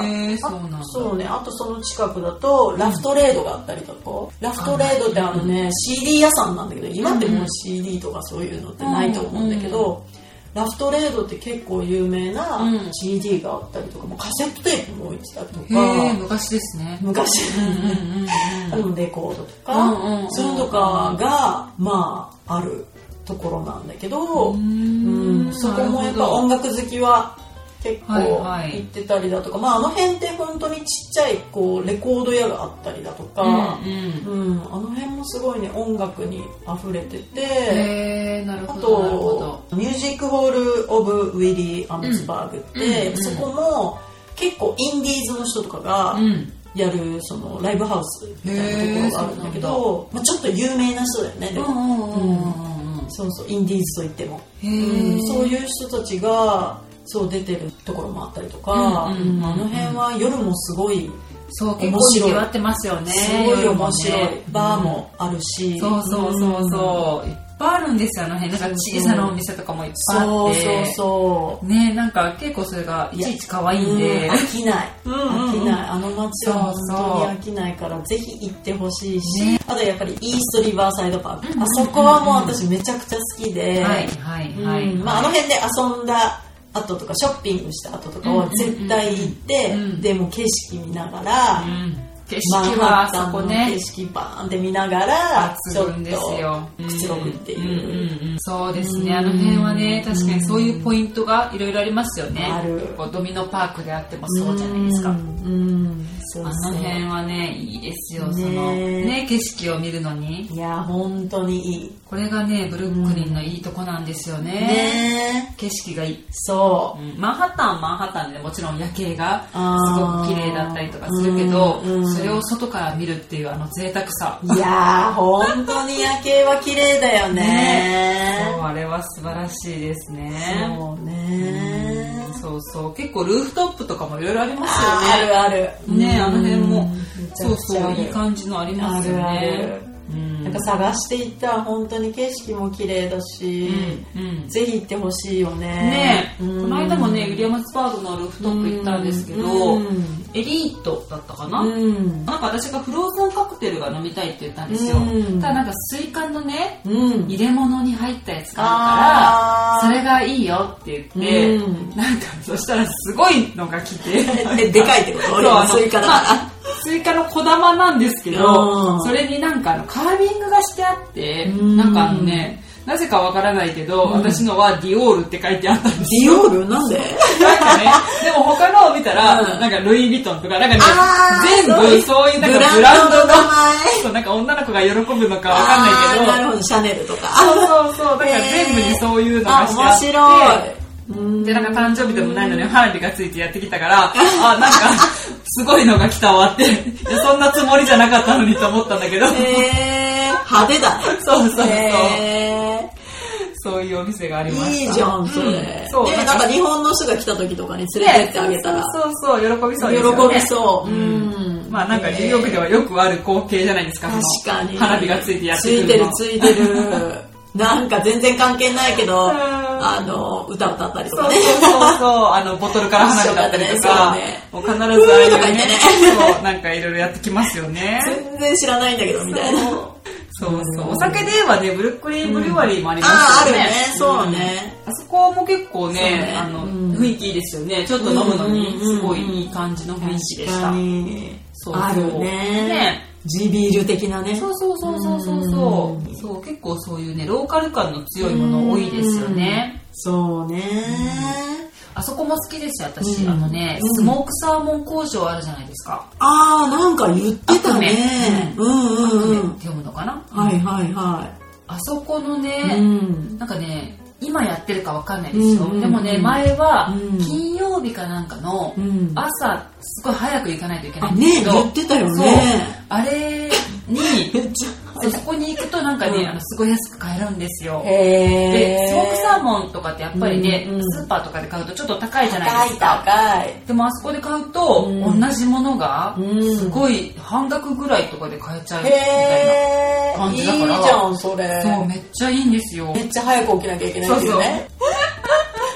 [SPEAKER 1] へえそうなんだ
[SPEAKER 3] そうね、あとその近くだとラフトレードがあったりとか、ラフトレードってあのね、CD 屋さんなんだけど今ってもう CD とかそういうのってないと思うんだけど、ラフトレードって結構有名な
[SPEAKER 1] うん
[SPEAKER 3] CD があったりとか、もうカセットテープも置いてたりとか、
[SPEAKER 1] へえ昔ですね
[SPEAKER 3] 昔、
[SPEAKER 1] うんうん
[SPEAKER 3] あのレコードと
[SPEAKER 1] うんうんう
[SPEAKER 3] か
[SPEAKER 1] ん
[SPEAKER 3] そういうのとかがまああるところなんだけど、
[SPEAKER 1] う
[SPEAKER 3] うん
[SPEAKER 1] ん
[SPEAKER 3] そこもやっぱ音楽好きは結構
[SPEAKER 1] はいはい
[SPEAKER 3] 行ってたりだとか、まあ、あの辺って本当にちっちゃいこうレコード屋があったりだとか、
[SPEAKER 1] うんうん
[SPEAKER 3] うんあの辺もすごいね音楽に溢れてて。
[SPEAKER 1] へえなる
[SPEAKER 3] あ
[SPEAKER 1] ほどなるほ
[SPEAKER 3] と
[SPEAKER 1] ど、
[SPEAKER 3] ミュージックホール・オブ・ウィリー・アムツバーグって、
[SPEAKER 1] うんうん
[SPEAKER 3] そこも結構インディーズの人とかが
[SPEAKER 1] うん
[SPEAKER 3] やるそのライブハウスみたいなところがあるんだけ
[SPEAKER 1] へーそ
[SPEAKER 3] ど、まあ、ちょっと有名な人だよねで
[SPEAKER 1] うん
[SPEAKER 3] も、
[SPEAKER 1] うんうんうんうん
[SPEAKER 3] そうそうインディーズといっても、
[SPEAKER 1] へ
[SPEAKER 3] う
[SPEAKER 1] え
[SPEAKER 3] んそういう人たちがそう出てるところもあったりとか、
[SPEAKER 1] うんうんうん
[SPEAKER 3] あの辺は夜もすごい、
[SPEAKER 1] そう結
[SPEAKER 3] 面
[SPEAKER 1] 構
[SPEAKER 3] 白い
[SPEAKER 1] にぎわってますよね
[SPEAKER 3] すごい面白い、
[SPEAKER 1] 夜ね
[SPEAKER 3] バーもあるし、
[SPEAKER 1] そうそうそうそういっぱいあるんですよあの辺なんか小さなお店とかもいっぱいあ
[SPEAKER 3] そ
[SPEAKER 1] っ
[SPEAKER 3] う
[SPEAKER 1] て
[SPEAKER 3] そうそう
[SPEAKER 1] ねなんか結構それがいちいち可愛いんで
[SPEAKER 3] うん飽きない
[SPEAKER 1] うん
[SPEAKER 3] 飽き
[SPEAKER 1] うんうん
[SPEAKER 3] ないあの街は本当に飽きないからぜひ行ってほしいし、あとやっぱりイーストリバーサイドパーク、
[SPEAKER 1] うんうん
[SPEAKER 3] あそこはもう私めちゃくちゃ好きで、
[SPEAKER 1] はいはいはい、
[SPEAKER 3] うんまあ、あの辺で遊んだ後とかショッピングした後とかは絶対行って、
[SPEAKER 1] うんうんうんうん
[SPEAKER 3] でもう景色見ながら、
[SPEAKER 1] うん景
[SPEAKER 3] マン
[SPEAKER 1] 色は
[SPEAKER 3] ハッ
[SPEAKER 1] あ
[SPEAKER 3] タ
[SPEAKER 1] そ
[SPEAKER 3] ン
[SPEAKER 1] こ
[SPEAKER 3] の
[SPEAKER 1] ね
[SPEAKER 3] 景色バーンって見ながらち
[SPEAKER 1] 抜
[SPEAKER 3] ょっ
[SPEAKER 1] 群です
[SPEAKER 3] と
[SPEAKER 1] よ
[SPEAKER 3] くつろぐっていう
[SPEAKER 1] うんうんうんそうですね
[SPEAKER 3] うん
[SPEAKER 1] あの辺はね確かにそういうポイントがいろいろありますよね
[SPEAKER 3] ある
[SPEAKER 1] こうドミノパークであってもそうじゃないですか、
[SPEAKER 3] うんうんそう
[SPEAKER 1] あ
[SPEAKER 3] そう
[SPEAKER 1] の辺はねいいですよ
[SPEAKER 3] ね
[SPEAKER 1] そのね景色を見るのに
[SPEAKER 3] いや本当にいい
[SPEAKER 1] これがねブルックリンのいいとこなんですよね、
[SPEAKER 3] ね
[SPEAKER 1] 景色がいい
[SPEAKER 3] そう
[SPEAKER 1] うんマンハッタンはマンハッタンでもちろん夜景がすご
[SPEAKER 3] あー
[SPEAKER 1] く綺麗だったりとかするけど、
[SPEAKER 3] うんうん
[SPEAKER 1] それを外から見るっていうあの贅沢さ
[SPEAKER 3] いやー、本当に夜景は綺麗だよ
[SPEAKER 1] そう
[SPEAKER 3] ね。
[SPEAKER 1] あれは素晴らしいです ね
[SPEAKER 3] そう
[SPEAKER 1] う
[SPEAKER 3] ね
[SPEAKER 1] ん。そうそう結構ルーフトップとかもいろいろありますよ
[SPEAKER 3] あ
[SPEAKER 1] ね
[SPEAKER 3] るある。
[SPEAKER 1] ねあの辺も
[SPEAKER 3] うんめちゃ
[SPEAKER 1] そう
[SPEAKER 3] くちゃ
[SPEAKER 1] そう
[SPEAKER 3] ある
[SPEAKER 1] いい感じのありま
[SPEAKER 3] あ
[SPEAKER 1] すよ
[SPEAKER 3] るあ
[SPEAKER 1] ね
[SPEAKER 3] る。
[SPEAKER 1] うん
[SPEAKER 3] なんか探していったら本当に景色も綺麗だし、
[SPEAKER 1] うんうん
[SPEAKER 3] ぜひ行ってほしいよね
[SPEAKER 1] ねえ、この間もねウィリアムスパードのルフトップ行ったんですけど、
[SPEAKER 3] うん
[SPEAKER 1] エリートだったかな、
[SPEAKER 3] うん
[SPEAKER 1] なんか私がフローズンカクテルが飲みたいって言ったんですよ、
[SPEAKER 3] うん
[SPEAKER 1] ただなんかスイカのね
[SPEAKER 3] うん
[SPEAKER 1] 入れ物に入ったやつがあ
[SPEAKER 3] あ
[SPEAKER 1] るからそれ
[SPEAKER 3] ー
[SPEAKER 1] がいいよって言って、
[SPEAKER 3] うん
[SPEAKER 1] なんかそしたらすごいのが来 て
[SPEAKER 3] えでかいってこと
[SPEAKER 1] そう
[SPEAKER 3] 俺の
[SPEAKER 1] あの
[SPEAKER 3] スイカだ
[SPEAKER 1] まあスイカの小玉なんですけ
[SPEAKER 3] う
[SPEAKER 1] ど
[SPEAKER 3] ん
[SPEAKER 1] それになんかあのカービングがしてあって
[SPEAKER 3] うん
[SPEAKER 1] なんかあのねなぜかわからないけど、私のはディオールって書いてあったんです
[SPEAKER 3] ディオールなんで
[SPEAKER 1] なんかね、でも他のを見たら、
[SPEAKER 3] うん
[SPEAKER 1] なんかルイ・ヴィトンとか、なんかね
[SPEAKER 3] あ、ー
[SPEAKER 1] 全部そういうなんかブランドの、
[SPEAKER 3] 名前
[SPEAKER 1] そうなんか女の子が喜ぶのかわかん
[SPEAKER 3] あー
[SPEAKER 1] ない
[SPEAKER 3] な
[SPEAKER 1] け
[SPEAKER 3] る
[SPEAKER 1] ど、
[SPEAKER 3] ほどシャネルとか
[SPEAKER 1] そうそうそう、だから全部にそういうのがしてあって、
[SPEAKER 3] あ面白い
[SPEAKER 1] で、なんか誕生日でもないのに花火がついてやってきたから、あ、なんか、すごいのが来たわって、いやそんなつもりじゃなかったのにと思ったんだけど、
[SPEAKER 3] へえ派手だね
[SPEAKER 1] そうそうそう
[SPEAKER 3] へ
[SPEAKER 1] そういうお店がありま
[SPEAKER 3] ー
[SPEAKER 1] した。
[SPEAKER 3] いいじゃんそれ、
[SPEAKER 1] うんそう
[SPEAKER 3] ねなんか日本の人が来た時とかに連れてってあげたら
[SPEAKER 1] そうそうそう、喜びそうですよね。
[SPEAKER 3] 喜びそう、
[SPEAKER 1] うんまあなんかニューヨークではよくある光景じゃないですか。
[SPEAKER 3] 確かに
[SPEAKER 1] 花火がついてやって
[SPEAKER 3] ついてる
[SPEAKER 1] の
[SPEAKER 3] ついてる なんか全然関係ないけど
[SPEAKER 1] うん
[SPEAKER 3] あの歌歌ったりと
[SPEAKER 1] そ
[SPEAKER 3] か
[SPEAKER 1] う
[SPEAKER 3] ね
[SPEAKER 1] そうそうそう、あの、ボトルから花火だったりとか、もう必ずああい
[SPEAKER 3] ふーとか
[SPEAKER 1] う
[SPEAKER 3] 言ってね
[SPEAKER 1] そう、なんかいろいろやってきますよね。
[SPEAKER 3] 全然知らないんだけどみたいな
[SPEAKER 1] そうそう。お酒で言えばね、ブルックリンブリュワリーもありま
[SPEAKER 3] ああ
[SPEAKER 1] す
[SPEAKER 3] あ
[SPEAKER 1] よ
[SPEAKER 3] る
[SPEAKER 1] ね。
[SPEAKER 3] ねそうね
[SPEAKER 1] あそこも結構ね、
[SPEAKER 3] そうね
[SPEAKER 1] あの、
[SPEAKER 3] うん
[SPEAKER 1] 雰囲気いいですよね。ちょっと飲むのに、すごいいい感じの雰囲気でした。
[SPEAKER 3] に
[SPEAKER 1] そうそう
[SPEAKER 3] あるね
[SPEAKER 1] ね
[SPEAKER 3] 地ビール的なね
[SPEAKER 1] そうそうそうそうそうそう,、そう結構そういうねローカル感の強いもの多いですよね、
[SPEAKER 3] そうね
[SPEAKER 1] あそこも好きですよ私、
[SPEAKER 3] うん
[SPEAKER 1] あのね
[SPEAKER 3] うん
[SPEAKER 1] スモークサーモン工場あるじゃないですか、
[SPEAKER 3] ああなんか言ってたね
[SPEAKER 1] 悪
[SPEAKER 3] うんう
[SPEAKER 1] アク
[SPEAKER 3] ん
[SPEAKER 1] メっ
[SPEAKER 3] うん
[SPEAKER 1] て読むのかな、
[SPEAKER 3] はいはいは
[SPEAKER 1] あそこの
[SPEAKER 3] い、
[SPEAKER 1] ね、
[SPEAKER 3] うん、
[SPEAKER 1] なんかね今やってるかわかんないですよ、
[SPEAKER 3] うんうんうん
[SPEAKER 1] でもね前は
[SPEAKER 3] うん
[SPEAKER 1] 金曜日かなんかの
[SPEAKER 3] うん
[SPEAKER 1] 朝すごい早く行かないといけな
[SPEAKER 3] あ
[SPEAKER 1] いんで
[SPEAKER 3] ね
[SPEAKER 1] すけど、
[SPEAKER 3] 言ってたよ
[SPEAKER 1] そう
[SPEAKER 3] ね
[SPEAKER 1] あれに
[SPEAKER 3] めっち
[SPEAKER 1] そうそこに行くとなんかね、
[SPEAKER 3] うん
[SPEAKER 1] あのすごい安く買えるんですよ
[SPEAKER 3] ゃへ
[SPEAKER 1] でスモークサーモンとかってやっぱりね、
[SPEAKER 3] うんうん
[SPEAKER 1] スーパーとかで買うとちょっと高いじゃない
[SPEAKER 3] 高
[SPEAKER 1] で
[SPEAKER 3] い
[SPEAKER 1] すか
[SPEAKER 3] 高い
[SPEAKER 1] でもあそこで買うと、
[SPEAKER 3] うん
[SPEAKER 1] 同じものが
[SPEAKER 3] うん
[SPEAKER 1] すごい半額ぐらいとかで買えちゃうみたい
[SPEAKER 3] へ
[SPEAKER 1] 感
[SPEAKER 3] えいい
[SPEAKER 1] じ
[SPEAKER 3] じ
[SPEAKER 1] だから
[SPEAKER 3] ゃんそれ
[SPEAKER 1] な、そうめっちゃいいんですよ
[SPEAKER 3] めっちゃ早く起きなきゃいけないっていうね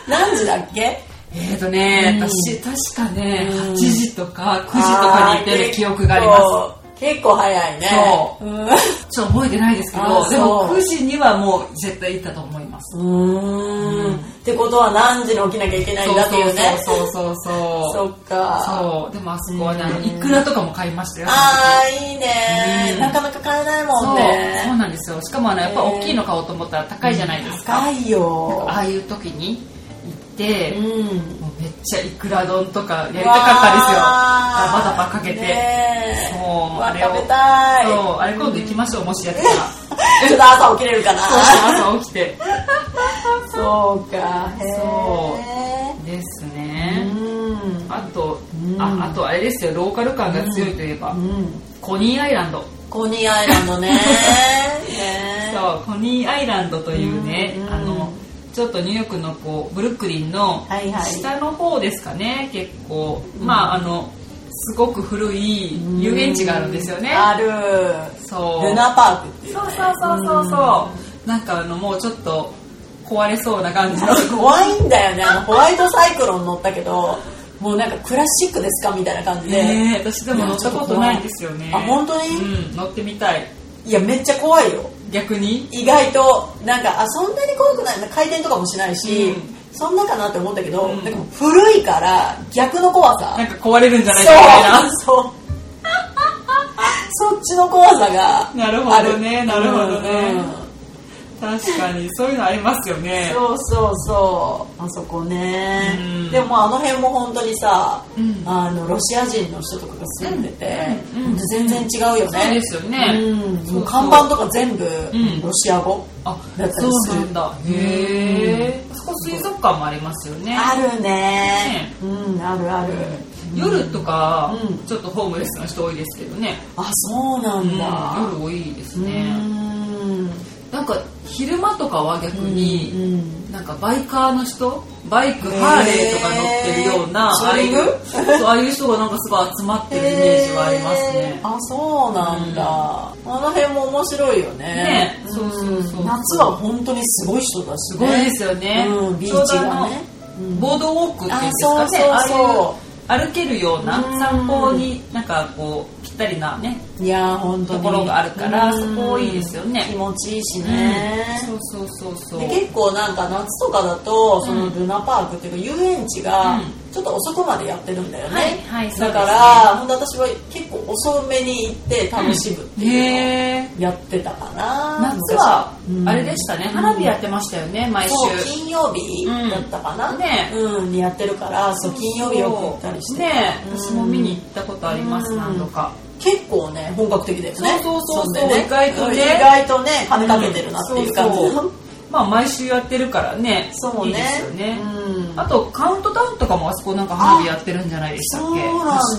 [SPEAKER 3] 何時だっけ
[SPEAKER 1] えーとね、
[SPEAKER 3] うん
[SPEAKER 1] 私確かね、
[SPEAKER 3] うん
[SPEAKER 1] 8時とか9時とかに行ってる記憶があります
[SPEAKER 3] す結構早いね
[SPEAKER 1] そうちょっと覚えてないですけ
[SPEAKER 3] あ
[SPEAKER 1] ど
[SPEAKER 3] ー
[SPEAKER 1] でも
[SPEAKER 3] そう
[SPEAKER 1] 9時にはもう絶対行ったと思います
[SPEAKER 3] んうーんってことは何時に起きなきゃいけないんだっていうね
[SPEAKER 1] そうそうそうそうそう
[SPEAKER 3] そっか
[SPEAKER 1] そうでもあそこはね、あの
[SPEAKER 3] うん
[SPEAKER 1] いくらとかも買いましたよ
[SPEAKER 3] ああいいね、
[SPEAKER 1] うん
[SPEAKER 3] なかなか買えな
[SPEAKER 1] そ
[SPEAKER 3] いもん
[SPEAKER 1] うそう
[SPEAKER 3] ね
[SPEAKER 1] なんですよしかもあのやっぱ大きいの買おうと思ったら高いじゃないですか、
[SPEAKER 3] 高いよ
[SPEAKER 1] ああいう時に行って、
[SPEAKER 3] うん
[SPEAKER 1] もうめっちゃいくら丼とかやりたかったですよ
[SPEAKER 3] わー
[SPEAKER 1] ダバダバかけて、
[SPEAKER 3] ねえ
[SPEAKER 1] そう
[SPEAKER 3] うわ
[SPEAKER 1] あれを
[SPEAKER 3] 食べたい
[SPEAKER 1] そうあれ今度行きましょう、もしやってたら
[SPEAKER 3] ちょっと朝起きれるかな
[SPEAKER 1] 朝起きて
[SPEAKER 3] そうかへ
[SPEAKER 1] そです
[SPEAKER 3] え
[SPEAKER 1] ね、
[SPEAKER 3] うん
[SPEAKER 1] あと、
[SPEAKER 3] うん
[SPEAKER 1] ああとあれですよローカル感が強いといえば、
[SPEAKER 3] うん
[SPEAKER 1] コニーアイランド
[SPEAKER 3] コニーアイランドねね
[SPEAKER 1] そうコニーアイランドというね、
[SPEAKER 3] うん
[SPEAKER 1] あのちょっとニューヨークのこうブルックリンの
[SPEAKER 3] はいはい
[SPEAKER 1] 下の方ですかね、結構、まああのすごく古い遊園地があるんですよね、
[SPEAKER 3] ある
[SPEAKER 1] そう
[SPEAKER 3] ルナパークっていう
[SPEAKER 1] そうそうそうそうそうなんかあのもうちょっと壊れそうな感じの
[SPEAKER 3] 怖いんだよねあのホワイトサイクロン乗ったけどもうなんかクラシックですかみたいな感じで、
[SPEAKER 1] ねえ私でも乗ったことないんですよね
[SPEAKER 3] あ本当に
[SPEAKER 1] うん乗ってみたい
[SPEAKER 3] いやめっちゃ怖いよ
[SPEAKER 1] 逆に
[SPEAKER 3] 意外となんかあそんなに怖くない回転とかもしないし、
[SPEAKER 1] うん
[SPEAKER 3] そんなかなって思ったけど、
[SPEAKER 1] うん
[SPEAKER 3] なんか古いから逆の怖さ
[SPEAKER 1] なんか壊れるんじゃないかみたいな
[SPEAKER 3] そうそう そっちの怖さが
[SPEAKER 1] なるほどね
[SPEAKER 3] あ
[SPEAKER 1] なるほどね
[SPEAKER 3] うん
[SPEAKER 1] 確かにそういうのありますよね
[SPEAKER 3] そうそうそうあそこね、
[SPEAKER 1] うん
[SPEAKER 3] でもあの辺も本当にさ、
[SPEAKER 1] うん
[SPEAKER 3] あのロシア人の人とかが住んでて、
[SPEAKER 1] うんうん
[SPEAKER 3] 全然違うよね
[SPEAKER 1] そうですよね
[SPEAKER 3] うん
[SPEAKER 1] そうそう
[SPEAKER 3] もう看板とか全部
[SPEAKER 1] ん
[SPEAKER 3] ロシア語、
[SPEAKER 1] あ
[SPEAKER 3] だったりする
[SPEAKER 1] だへえそこ水族館もありますよね
[SPEAKER 3] あるねうんあるある、
[SPEAKER 1] 夜とか
[SPEAKER 3] うん
[SPEAKER 1] ちょっとホームレスの人多いですけどね
[SPEAKER 3] あそうな
[SPEAKER 1] うん
[SPEAKER 3] んだ、
[SPEAKER 1] 夜多いです
[SPEAKER 3] うん、
[SPEAKER 1] ねなんか昼間とかは逆
[SPEAKER 3] う
[SPEAKER 1] に
[SPEAKER 3] ん
[SPEAKER 1] なんかバイカーの人バイクハーレーとか乗ってるような
[SPEAKER 3] へー
[SPEAKER 1] ああいう
[SPEAKER 3] ツー
[SPEAKER 1] そうああいう人がなんかすごい集まってるイメージはありますね
[SPEAKER 3] へー。あそうなんだ、あの辺も面白いよね
[SPEAKER 1] ねそうそうそう
[SPEAKER 3] うん夏は本当にすごい人だし
[SPEAKER 1] す
[SPEAKER 3] ね
[SPEAKER 1] ごいですよね。
[SPEAKER 3] うん、ビ
[SPEAKER 1] ちょ
[SPEAKER 3] ー
[SPEAKER 1] う
[SPEAKER 3] チ
[SPEAKER 1] ど
[SPEAKER 3] が
[SPEAKER 1] あ
[SPEAKER 3] ね
[SPEAKER 1] のボードウォークっていうんですかね。
[SPEAKER 3] あそうそう
[SPEAKER 1] ああいう歩けるような
[SPEAKER 3] うん
[SPEAKER 1] 散歩になんかこうぴったりなね
[SPEAKER 3] いやー本当
[SPEAKER 1] と
[SPEAKER 3] に
[SPEAKER 1] ころがあるから
[SPEAKER 3] うん
[SPEAKER 1] そこいいですよね
[SPEAKER 3] 気持ちいいしね、
[SPEAKER 1] うんそうそうそうそう
[SPEAKER 3] で結構なんか夏とかだとそ
[SPEAKER 1] う
[SPEAKER 3] の
[SPEAKER 1] ん
[SPEAKER 3] ルナパークっていうか遊園地が
[SPEAKER 1] うん
[SPEAKER 3] ちょっと遅くまでやってるんだよね、
[SPEAKER 1] はいはいそうですね
[SPEAKER 3] だから本当私は結構遅めに行って楽しむっていうのを
[SPEAKER 1] へえ
[SPEAKER 3] やってたかな、
[SPEAKER 1] 夏は
[SPEAKER 3] うん
[SPEAKER 1] あれでしたね花火やってましたよね毎週
[SPEAKER 3] そう金曜日
[SPEAKER 1] うん
[SPEAKER 3] だったかな、
[SPEAKER 1] ね
[SPEAKER 3] うん、にやってるからそう金曜日よく行ったりして、
[SPEAKER 1] ね私も見に行ったことあります
[SPEAKER 3] うん
[SPEAKER 1] 何度か
[SPEAKER 3] 結構ね本格的だよね
[SPEAKER 1] そうそうそうそうん
[SPEAKER 3] でね
[SPEAKER 1] 意外とね
[SPEAKER 3] 意外とね金かけてるなっていう感じ、
[SPEAKER 1] うんそうそうまあ毎週やってるからね
[SPEAKER 3] そうね
[SPEAKER 1] いいですよね
[SPEAKER 3] うん
[SPEAKER 1] あとカウントダウンとかもあそこなんか花火やってるんじゃないでしたっけ
[SPEAKER 3] そうなん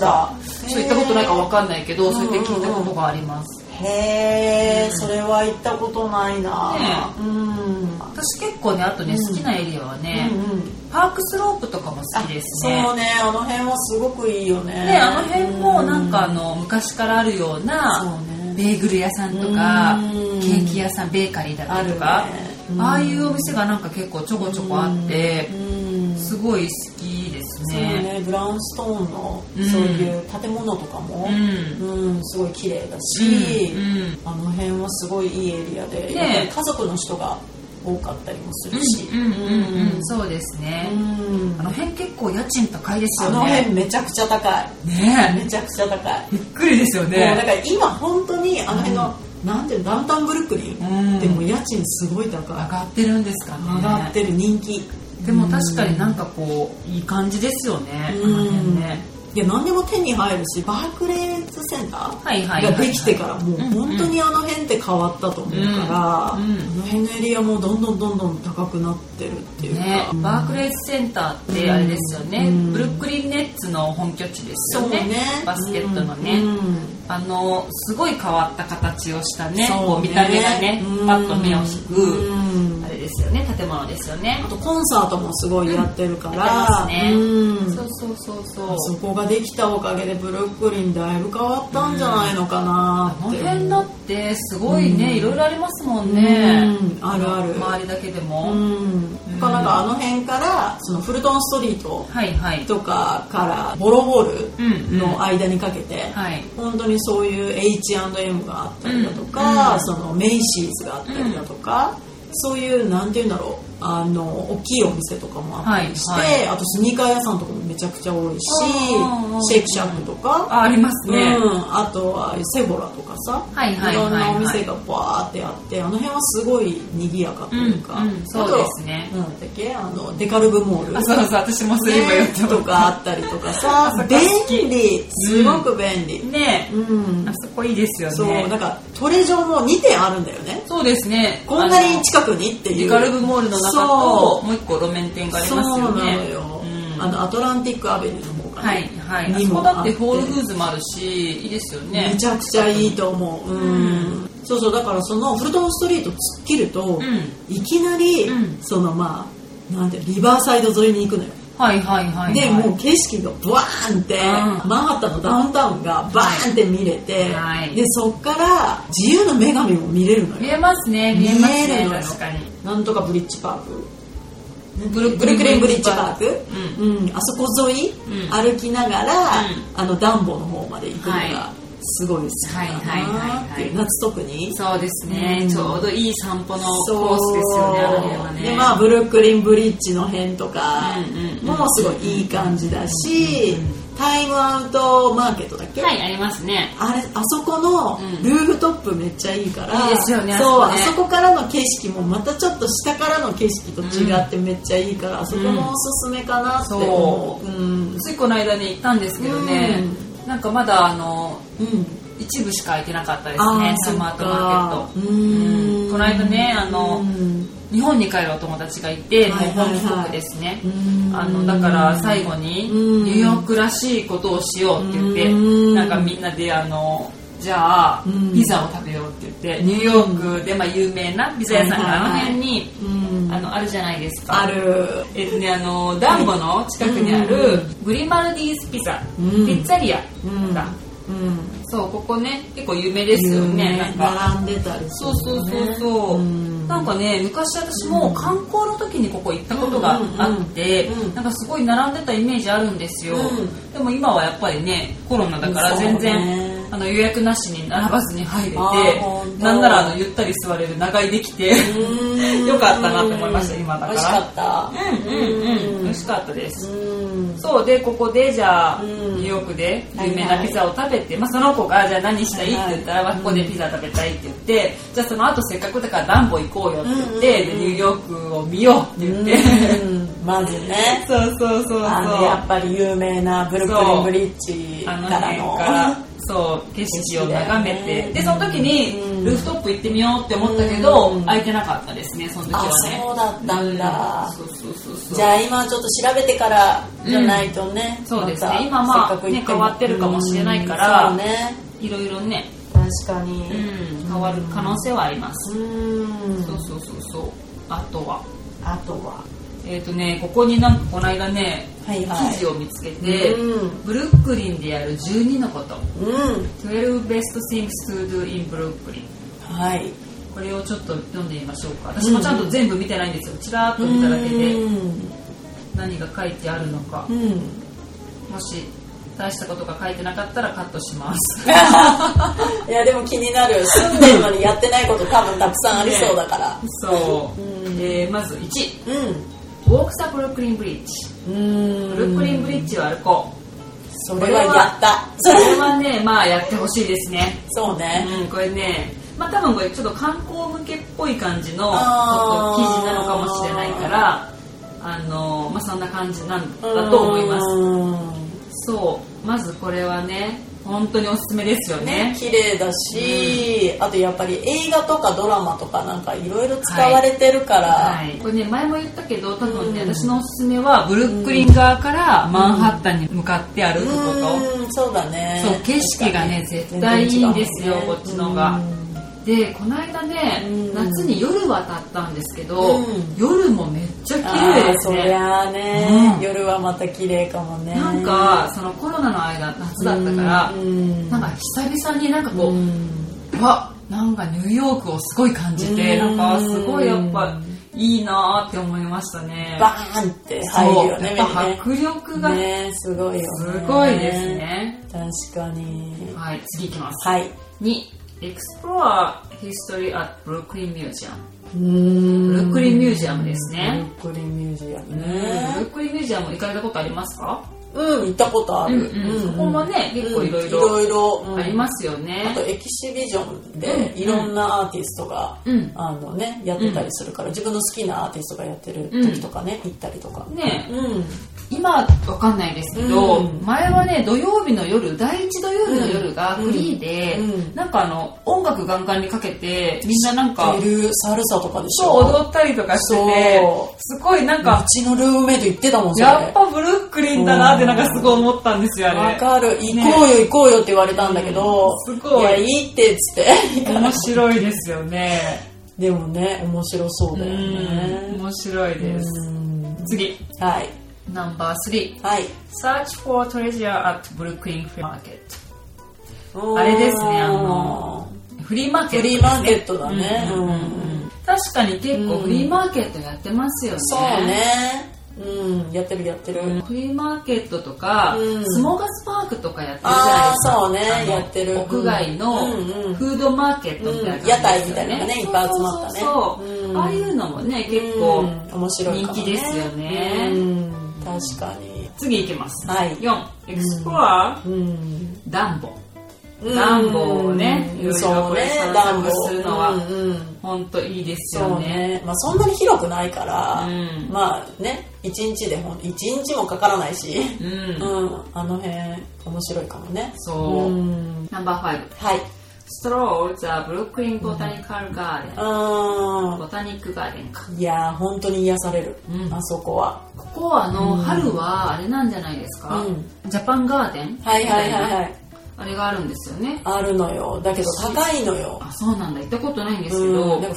[SPEAKER 1] 確
[SPEAKER 3] だ
[SPEAKER 1] かそういったことないかわかんないけど
[SPEAKER 3] へー
[SPEAKER 1] そうやって聞いたことがあります
[SPEAKER 3] へえそれは行ったことないな、
[SPEAKER 1] ね
[SPEAKER 3] うん
[SPEAKER 1] 私結構ねあとね
[SPEAKER 3] うん
[SPEAKER 1] 好きなエリアはね
[SPEAKER 3] うんうん
[SPEAKER 1] パークスロープとかも好きですね
[SPEAKER 3] あそうねあの辺はすごくいいよね
[SPEAKER 1] ね、あの辺もなんかあの昔からあるよう
[SPEAKER 3] そう
[SPEAKER 1] な
[SPEAKER 3] ね
[SPEAKER 1] ベーグル屋さんとか
[SPEAKER 3] うん
[SPEAKER 1] ケーキ屋さんベーカリーだったりとか
[SPEAKER 3] あるねうん
[SPEAKER 1] ああいうお店がなんか結構ちょこちょこあって
[SPEAKER 3] うん
[SPEAKER 1] すごい好きです
[SPEAKER 3] そう
[SPEAKER 1] ね。
[SPEAKER 3] ねブラウンストーンの
[SPEAKER 1] うん
[SPEAKER 3] そういう建物とかも
[SPEAKER 1] う、ん
[SPEAKER 3] うんすごい綺麗だし、
[SPEAKER 1] うん
[SPEAKER 3] あの辺はすごいいいエリア
[SPEAKER 1] ね
[SPEAKER 3] で、やっぱり家族の人が多かったりもするし、
[SPEAKER 1] うんうんうんうん
[SPEAKER 3] うん
[SPEAKER 1] そうですね。
[SPEAKER 3] うん
[SPEAKER 1] あの辺結構家賃高いです
[SPEAKER 3] あ
[SPEAKER 1] よ
[SPEAKER 3] の
[SPEAKER 1] ね。
[SPEAKER 3] 辺めちゃくちゃ高い
[SPEAKER 1] ね
[SPEAKER 3] めちゃくちゃ高い
[SPEAKER 1] えびっくりですよ
[SPEAKER 3] もうだ
[SPEAKER 1] ね。
[SPEAKER 3] から今本当にあの辺の、なんていうのダウンタウンブルックリン、
[SPEAKER 1] うん
[SPEAKER 3] でも家賃すごい高
[SPEAKER 1] 上
[SPEAKER 3] い
[SPEAKER 1] がってるんですかね。
[SPEAKER 3] 上がってる人気
[SPEAKER 1] でも確かになんかこういい感じですよね。あの辺ね。
[SPEAKER 3] で何でも手に入るしバークレーズセンター
[SPEAKER 1] はいはいはい
[SPEAKER 3] ができてからもう
[SPEAKER 1] うんうん
[SPEAKER 3] 本当にあの辺って変わったと思うから、
[SPEAKER 1] うんうん
[SPEAKER 3] あの辺のエリアもどんどんどんどん高くなってるっていうか、
[SPEAKER 1] ね、バークレーズセンターってあれですよね、
[SPEAKER 3] うん
[SPEAKER 1] ブルックリン・ネッツの本拠地です
[SPEAKER 3] そ
[SPEAKER 1] よ
[SPEAKER 3] うね
[SPEAKER 1] ねバスケットのね、
[SPEAKER 3] うんうん
[SPEAKER 1] あのすごい変わった形をしたね
[SPEAKER 3] そうね
[SPEAKER 1] こう見た目がね、
[SPEAKER 3] うん
[SPEAKER 1] パッと目を引く、
[SPEAKER 3] うん
[SPEAKER 1] あれですよね建物ですよね
[SPEAKER 3] あとコンサートもすごいやってるか
[SPEAKER 1] やってます
[SPEAKER 3] ら、
[SPEAKER 1] ね、
[SPEAKER 3] うん
[SPEAKER 1] そうそうそうそう
[SPEAKER 3] あそこができたおかげでブルックリンだいぶ変わったんじゃないのかな
[SPEAKER 1] あの
[SPEAKER 3] って、
[SPEAKER 1] 辺だってすごいね、
[SPEAKER 3] うん
[SPEAKER 1] いろいろありますもんね、
[SPEAKER 3] うんあるある
[SPEAKER 1] 周りだけでも、
[SPEAKER 3] うん、だからなんかあの辺からそのフルトンストリート
[SPEAKER 1] はいはい
[SPEAKER 3] とかからボロホー
[SPEAKER 1] うんう
[SPEAKER 3] ル
[SPEAKER 1] ん
[SPEAKER 3] の間にかけて、
[SPEAKER 1] はい
[SPEAKER 3] 本当にそういう H&M があったりだとか、
[SPEAKER 1] うん
[SPEAKER 3] そのメイシーズがあったりだとか、そういうなんて言うんだろうあの大きいお店とかもあったりして、
[SPEAKER 1] はい
[SPEAKER 3] あとスニーカー屋さんとかもめちゃくちゃ多いし
[SPEAKER 1] うんうん
[SPEAKER 3] シェイクシャックとか、
[SPEAKER 1] ああります
[SPEAKER 3] うん
[SPEAKER 1] ね、
[SPEAKER 3] あとはセフォラとかさ、
[SPEAKER 1] はいはい
[SPEAKER 3] ろん
[SPEAKER 1] はい
[SPEAKER 3] な
[SPEAKER 1] はい
[SPEAKER 3] お店がバーってあってあの辺はすごい賑やかというか、
[SPEAKER 1] うんうんそうですね
[SPEAKER 3] あとなんだっけあのデカルブモール
[SPEAKER 1] あそうそう私もすればよって
[SPEAKER 3] とかあったりとか さ便利すごく便利、
[SPEAKER 1] ね
[SPEAKER 3] うん
[SPEAKER 1] あそこいいですよね。
[SPEAKER 3] そうなんかトレジョも2点あるんだよね
[SPEAKER 1] そうですね。
[SPEAKER 3] こんなに近くにって
[SPEAKER 1] あの
[SPEAKER 3] い
[SPEAKER 1] デ
[SPEAKER 3] う
[SPEAKER 1] カルブモールの中と、
[SPEAKER 3] そ
[SPEAKER 1] もう一個路面店があ
[SPEAKER 3] う
[SPEAKER 1] り
[SPEAKER 3] そう
[SPEAKER 1] ますよ
[SPEAKER 3] な
[SPEAKER 1] ね
[SPEAKER 3] の。よ、
[SPEAKER 1] うん
[SPEAKER 3] あのアトランティックアベニューの方かな
[SPEAKER 1] はい、はい。あ
[SPEAKER 3] に
[SPEAKER 1] そこ
[SPEAKER 3] もあ
[SPEAKER 1] だってホールフーズもあるし、いいですよね
[SPEAKER 3] め。ちゃくちゃいいと思う、うんそうそうだからそのフルトンストリート突っ切ると、
[SPEAKER 1] う
[SPEAKER 3] いきなり、
[SPEAKER 1] うん
[SPEAKER 3] そのまあなんてリバーサイド沿いに行くのよ、
[SPEAKER 1] はいはいはいはい。
[SPEAKER 3] でもう景色がバーンって、
[SPEAKER 1] うん
[SPEAKER 3] マンハッタンのダウンタウンがバーンって見れて、
[SPEAKER 1] はい
[SPEAKER 3] でそっから自由の女神も見れるの
[SPEAKER 1] 見
[SPEAKER 3] よ
[SPEAKER 1] えますね、見えます
[SPEAKER 3] 見え
[SPEAKER 1] ね
[SPEAKER 3] るの、よ
[SPEAKER 1] 確かに。
[SPEAKER 3] なんとかブリッジパーク
[SPEAKER 1] ブル
[SPEAKER 3] ブルックリンブリッジパーク、
[SPEAKER 1] う
[SPEAKER 3] うんあそこ沿い、
[SPEAKER 1] うん
[SPEAKER 3] 歩きながら、
[SPEAKER 1] う
[SPEAKER 3] あのダンボの方まで行くの
[SPEAKER 1] は
[SPEAKER 3] がすごい好きだなって
[SPEAKER 1] はいはいはい
[SPEAKER 3] い
[SPEAKER 1] はいう
[SPEAKER 3] 夏特に
[SPEAKER 1] そうですね、
[SPEAKER 3] うん
[SPEAKER 1] ちょうどいい散歩のコースですよね、あの辺はね。
[SPEAKER 3] でまあブルックリンブリッジの辺とか
[SPEAKER 1] うんうんうん
[SPEAKER 3] もすごいいい感じだし、
[SPEAKER 1] うんうん
[SPEAKER 3] タイムアウトマーケットだっけ、
[SPEAKER 1] はい、ありますね。
[SPEAKER 3] あれあそこの
[SPEAKER 1] うん
[SPEAKER 3] ルーフトップめっちゃいいから、
[SPEAKER 1] いいですよね
[SPEAKER 3] そう
[SPEAKER 1] あ
[SPEAKER 3] あ
[SPEAKER 1] そこね
[SPEAKER 3] そこからの景色もまたちょっと下からの景色と違ってめっちゃいいから、あそこもおすすめかなって思う、うん
[SPEAKER 1] ついこの間に行ったんですけどね、なんかまだあの、
[SPEAKER 3] うん
[SPEAKER 1] 一部しか空いてなかったで
[SPEAKER 3] あ
[SPEAKER 1] す
[SPEAKER 3] ー
[SPEAKER 1] ね、サマートマーケット。
[SPEAKER 3] そっかうん
[SPEAKER 1] うんこの間ねあの
[SPEAKER 3] うん
[SPEAKER 1] 日本に帰るお友達がいて、
[SPEAKER 3] はいはいは
[SPEAKER 1] も
[SPEAKER 3] い
[SPEAKER 1] う本帰国ですね、
[SPEAKER 3] うん
[SPEAKER 1] あのだから最後に
[SPEAKER 3] うん
[SPEAKER 1] ニューヨークらしいことをしようって言って、
[SPEAKER 3] うん
[SPEAKER 1] なんかみんなであのじゃあ、
[SPEAKER 3] うん
[SPEAKER 1] ピザを食べようって言ってニューヨークで、まあ、有名なピザ屋さんがあの辺に、
[SPEAKER 3] うん
[SPEAKER 1] あのあるじゃないですか
[SPEAKER 3] ある
[SPEAKER 1] えっとねあのダンゴの近くにあ
[SPEAKER 3] う
[SPEAKER 1] るグリマルディースピザ、
[SPEAKER 3] うん
[SPEAKER 1] ピッツァリア
[SPEAKER 3] うん
[SPEAKER 1] だ、
[SPEAKER 3] うん
[SPEAKER 1] そうここね結構有名ですよねなんか
[SPEAKER 3] 並んでたりす
[SPEAKER 1] そ
[SPEAKER 3] る
[SPEAKER 1] うそうそうそう、
[SPEAKER 3] ん
[SPEAKER 1] なんかね昔私も観光の時にここ行ったことがあって、
[SPEAKER 3] うんうんうん
[SPEAKER 1] なんかすごい並んでたイメージあるんですよ、
[SPEAKER 3] うん
[SPEAKER 1] でも今はやっぱりねコロナだから全
[SPEAKER 3] そう
[SPEAKER 1] 然、
[SPEAKER 3] ね
[SPEAKER 1] あの予約なしに並ばずに入れ
[SPEAKER 3] あーほん
[SPEAKER 1] て
[SPEAKER 3] と
[SPEAKER 1] なんならあのゆったり座れる長居できて、
[SPEAKER 3] うん
[SPEAKER 1] よかったなって思いました今だから
[SPEAKER 3] 美味しかった
[SPEAKER 1] うんうん美味
[SPEAKER 3] し
[SPEAKER 1] しかったです、
[SPEAKER 3] うん
[SPEAKER 1] そうでここでじゃあ、
[SPEAKER 3] うん
[SPEAKER 1] ニューヨークで有名なピザを食べて、まあ、その子がじゃあ何したいって言ったら、
[SPEAKER 3] はいは
[SPEAKER 1] まあ
[SPEAKER 3] い
[SPEAKER 1] ここでピザ食べたいって言って、じゃあその後せっかくだからダンボ行こうよって言って、
[SPEAKER 3] うんうんうん
[SPEAKER 1] でニューヨークを見ようって言って、
[SPEAKER 3] うんまずね
[SPEAKER 1] そうそうそうそう
[SPEAKER 3] あのやっぱり有名なブルックリンブリッジか
[SPEAKER 1] あの
[SPEAKER 3] ら
[SPEAKER 1] 辺
[SPEAKER 3] の
[SPEAKER 1] からそう景色を眺めて、
[SPEAKER 3] 景色だよね
[SPEAKER 1] でその時
[SPEAKER 3] う
[SPEAKER 1] に
[SPEAKER 3] ん
[SPEAKER 1] ルーフトップ行ってみようって思ったけど、
[SPEAKER 3] うん
[SPEAKER 1] 空いてなかったですねその時は
[SPEAKER 3] あ
[SPEAKER 1] ね
[SPEAKER 3] そうだったんだ
[SPEAKER 1] うんそうそうそうそう
[SPEAKER 3] じゃあ今ちょっと調べてからじゃないとね、
[SPEAKER 1] そうですね
[SPEAKER 3] た
[SPEAKER 1] 今まあ
[SPEAKER 3] せっかく行
[SPEAKER 1] ね
[SPEAKER 3] も
[SPEAKER 1] 変わってるかもしれないから
[SPEAKER 3] うんそうね
[SPEAKER 1] いろいろね、
[SPEAKER 3] 確かに
[SPEAKER 1] うん、変わる可能性はあります、
[SPEAKER 3] うん
[SPEAKER 1] そうそうそうそうあとは
[SPEAKER 3] あとは
[SPEAKER 1] えっ、とねここになんかこの間ね、
[SPEAKER 3] はいはい
[SPEAKER 1] 記事を見つけて、
[SPEAKER 3] うん
[SPEAKER 1] ブルックリンでやる12のこと
[SPEAKER 3] うん
[SPEAKER 1] 12 best things to do in ブルックリン
[SPEAKER 3] はい
[SPEAKER 1] これをちょっと読んでみましょうか私もちゃんと全部見てないんですよちらーっと見ただけで
[SPEAKER 3] うん
[SPEAKER 1] 何が書いてあるのか
[SPEAKER 3] うん
[SPEAKER 1] もし大したことが書いてなかったらカットし ます
[SPEAKER 3] いやでも気になる住んでるのにやってないこと多分たくさんありそうだから
[SPEAKER 1] そう、
[SPEAKER 3] うん
[SPEAKER 1] えーまず1
[SPEAKER 3] う
[SPEAKER 1] ウォークサブルックリンブリッジ
[SPEAKER 3] ん
[SPEAKER 1] ブルックリンブリッジを歩こう
[SPEAKER 3] それはやった
[SPEAKER 1] それはねまあやってほしいですね
[SPEAKER 3] そうね
[SPEAKER 1] うん、これね、まあ、多分これちょっと観光向けっぽい感じのちょっ
[SPEAKER 3] あー
[SPEAKER 1] と記事なのかもしれないからあの、まあ、そんな感じなんだと思います
[SPEAKER 3] す
[SPEAKER 1] そうまずこれはね本当におすすめですよ
[SPEAKER 3] ね
[SPEAKER 1] ね
[SPEAKER 3] 綺麗だし、あとやっぱり映画とかドラマとかなんかいろいろ使われてるから、
[SPEAKER 1] はい、これね前も言ったけど多分ね、
[SPEAKER 3] うん
[SPEAKER 1] 私のおすすめはブルックリン側からマンハッタンに向かって歩くこと、
[SPEAKER 3] うんそうだね
[SPEAKER 1] そう景色がね絶対いいんですよこっちの方がでこの間ね、
[SPEAKER 3] うん
[SPEAKER 1] 夏に夜渡ったんですけど、
[SPEAKER 3] うん
[SPEAKER 1] 夜もめっちゃ綺麗
[SPEAKER 3] 綺麗
[SPEAKER 1] です
[SPEAKER 3] そ
[SPEAKER 1] ね
[SPEAKER 3] りゃあね、
[SPEAKER 1] うん
[SPEAKER 3] 夜はまた綺麗かもね
[SPEAKER 1] なんかそのコロナの間夏だったから、
[SPEAKER 3] うん
[SPEAKER 1] なんか久々になんかこ
[SPEAKER 3] う
[SPEAKER 1] う、
[SPEAKER 3] ん
[SPEAKER 1] うわなんかニューヨークをすごい感じて、
[SPEAKER 3] うん
[SPEAKER 1] なんかすごいやっぱいいなーって思いましたね
[SPEAKER 3] バーンって入るよね
[SPEAKER 1] そうやっぱ迫力
[SPEAKER 3] 目
[SPEAKER 1] が
[SPEAKER 3] にねねすごいよね
[SPEAKER 1] すごいですね、
[SPEAKER 3] 確かに
[SPEAKER 1] はい次いきます
[SPEAKER 3] はい
[SPEAKER 1] 2 Explore History at Brooklyn Museum
[SPEAKER 3] ブ
[SPEAKER 1] ブルックリンミュージアムですね、
[SPEAKER 3] ブルックリンミュージアム
[SPEAKER 1] うん
[SPEAKER 3] ね
[SPEAKER 1] ブルックリンミュージアム行かれたことありますか、
[SPEAKER 3] うん行ったことあ
[SPEAKER 1] うん
[SPEAKER 3] る
[SPEAKER 1] うん、そこもね結構いろい
[SPEAKER 3] うん
[SPEAKER 1] ろ
[SPEAKER 3] いろいろ
[SPEAKER 1] ありますよね、
[SPEAKER 3] あとエキシビジョンで
[SPEAKER 1] うん
[SPEAKER 3] いろんなアーティストが、
[SPEAKER 1] うん
[SPEAKER 3] あのね、やってたりするから、自分の好きなアーティストがやってる時とかね、行ったりとか。
[SPEAKER 1] ね
[SPEAKER 3] うん。
[SPEAKER 1] 今わかんないですけど、
[SPEAKER 3] うん
[SPEAKER 1] 前はね土曜日の夜第一土曜日の夜がフリーで、
[SPEAKER 3] うんうん
[SPEAKER 1] なんかあの音楽ガンガンにかけてみんななんか
[SPEAKER 3] ペルーサルサとかでし
[SPEAKER 1] そう
[SPEAKER 3] ょ
[SPEAKER 1] 踊ったりとかしてて
[SPEAKER 3] そ
[SPEAKER 1] すごいなん
[SPEAKER 3] う
[SPEAKER 1] か、
[SPEAKER 3] ちのルームメイト行ってたもん、それ。
[SPEAKER 1] やっぱブルックリンだなってなんかすごい思ったんですよあ
[SPEAKER 3] わ
[SPEAKER 1] れ
[SPEAKER 3] かる。行こうよ、行こうよって言われたんだけど、
[SPEAKER 1] うんすごい
[SPEAKER 3] や、いいって、つって。
[SPEAKER 1] 面白いですよね
[SPEAKER 3] でもね、面白そうだよ
[SPEAKER 1] うん
[SPEAKER 3] ね。
[SPEAKER 1] 面白いです、
[SPEAKER 3] うん
[SPEAKER 1] 次
[SPEAKER 3] はい。
[SPEAKER 1] ナンバー3
[SPEAKER 3] はい。
[SPEAKER 1] Search for treasure at Brooklyn Flea Market あれですねあの、フリーマーケッ
[SPEAKER 3] フ
[SPEAKER 1] トで
[SPEAKER 3] リ
[SPEAKER 1] す
[SPEAKER 3] ーマーケットだね。
[SPEAKER 1] うんうんうん確かに結構フリーマーケットやってますよね、
[SPEAKER 3] そうね。うん、やってるやってる。
[SPEAKER 1] フリーマーケットとか、
[SPEAKER 3] うん
[SPEAKER 1] スモーガスパークとかやってるじゃない
[SPEAKER 3] あ
[SPEAKER 1] で
[SPEAKER 3] あ
[SPEAKER 1] すか
[SPEAKER 3] そうね
[SPEAKER 1] あの
[SPEAKER 3] やってる
[SPEAKER 1] 屋外
[SPEAKER 3] うんうん
[SPEAKER 1] のフードマーケットみたいな感じですよ、
[SPEAKER 3] うん屋台みたいなのがねいっぱい集まった
[SPEAKER 1] そ
[SPEAKER 3] ね
[SPEAKER 1] うそうそうそう
[SPEAKER 3] うん
[SPEAKER 1] ああいうのもね結構
[SPEAKER 3] うん面白いかも
[SPEAKER 1] 人
[SPEAKER 3] ね
[SPEAKER 1] 気ですよね
[SPEAKER 3] うん確かに
[SPEAKER 1] 次いきます、
[SPEAKER 3] はい
[SPEAKER 1] 4エクスプロア
[SPEAKER 3] うん
[SPEAKER 1] ダンボダンボをねいろいろこれ
[SPEAKER 3] そうね
[SPEAKER 1] 探索するのは
[SPEAKER 3] ダンボうんうん
[SPEAKER 1] 本当いいです
[SPEAKER 3] そ
[SPEAKER 1] よ
[SPEAKER 3] う
[SPEAKER 1] ね
[SPEAKER 3] ねまあそんなに広くないから
[SPEAKER 1] うん
[SPEAKER 3] まあね一日でほん一日もかからないし
[SPEAKER 1] うん、
[SPEAKER 3] うんあの辺面白いかもね
[SPEAKER 1] そうんナンバー5
[SPEAKER 3] はい
[SPEAKER 1] Stroll the Brooklyn Botanical Garden、
[SPEAKER 3] う
[SPEAKER 1] ボタニックガーデンか
[SPEAKER 3] んいやー本当に癒される
[SPEAKER 1] うん
[SPEAKER 3] あそこは
[SPEAKER 1] ここはあの、春はあれなんじゃないですか、
[SPEAKER 3] うん
[SPEAKER 1] ジャパンガーデン
[SPEAKER 3] はいはいはいはい
[SPEAKER 1] あれがあるんですよね
[SPEAKER 3] あるのよだけど高いのよ
[SPEAKER 1] あそうなんだ行ったことないんですけど、
[SPEAKER 3] うん、
[SPEAKER 1] は
[SPEAKER 3] で
[SPEAKER 1] い
[SPEAKER 3] も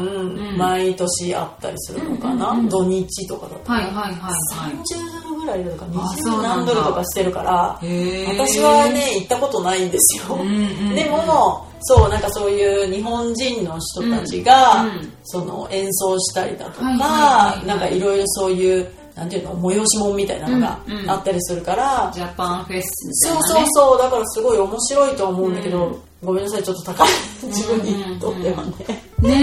[SPEAKER 3] 2日間毎年あったりするのかな、
[SPEAKER 1] うんうんうん
[SPEAKER 3] 土日とかだと
[SPEAKER 1] はいはいは
[SPEAKER 3] 30ドルぐらいとか
[SPEAKER 1] あそう
[SPEAKER 3] 20
[SPEAKER 1] なん
[SPEAKER 3] 何
[SPEAKER 1] だ
[SPEAKER 3] ドルとかしてるから
[SPEAKER 4] へえ
[SPEAKER 3] 私はね行ったことないんですよ、
[SPEAKER 4] うんうんうん
[SPEAKER 3] でもそうなんかそういう日本人の人たちが、
[SPEAKER 1] うんうん
[SPEAKER 3] その演奏したりだとか、
[SPEAKER 1] はいはいはい
[SPEAKER 3] なんかいろいろそういうなんていうの催し物みたいなのが
[SPEAKER 1] うんうん
[SPEAKER 3] あったりするから、
[SPEAKER 1] いジャパンフェスみたい
[SPEAKER 3] そ
[SPEAKER 1] な、
[SPEAKER 3] う
[SPEAKER 1] ね、
[SPEAKER 3] そうそうだからすごい面白いと思うんだけど、
[SPEAKER 1] うん
[SPEAKER 3] ごめんなさいちょっと高い 自分にとってはね、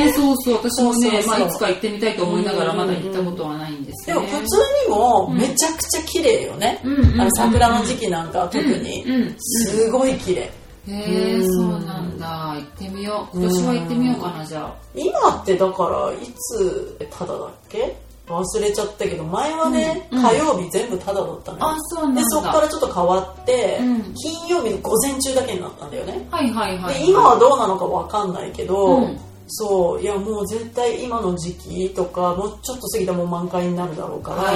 [SPEAKER 1] ねそうそう私もね
[SPEAKER 3] そうそうそう
[SPEAKER 1] まあ、いつか行ってみたいと思いながら
[SPEAKER 3] うんう
[SPEAKER 1] ま
[SPEAKER 3] ん
[SPEAKER 1] だ行ったことはないんです
[SPEAKER 3] で
[SPEAKER 1] よ
[SPEAKER 3] も
[SPEAKER 1] ね
[SPEAKER 3] 普通にもめちゃくちゃ綺麗よね、
[SPEAKER 1] うんうんうん
[SPEAKER 3] あの桜の時期なんかは特に
[SPEAKER 1] うんうん
[SPEAKER 3] すごい綺麗
[SPEAKER 1] へえそうなんだ行ってみよう今年は行ってみようかなじゃあ
[SPEAKER 3] 今ってだからいつただだっけ忘れちゃったけど前はね、
[SPEAKER 1] うんうん
[SPEAKER 3] 火曜日全部ただだったのよ
[SPEAKER 1] あそうなんだ
[SPEAKER 3] でそこからちょっと変わって、
[SPEAKER 1] うん
[SPEAKER 3] 金曜日の午前中だけになったんだよね
[SPEAKER 1] はいはいはい
[SPEAKER 3] で今はどうなのかわかんないけど、
[SPEAKER 1] うん
[SPEAKER 3] そういやもう絶対今の時期とかもうちょっと過ぎたらもう満開になるだろうから、
[SPEAKER 1] は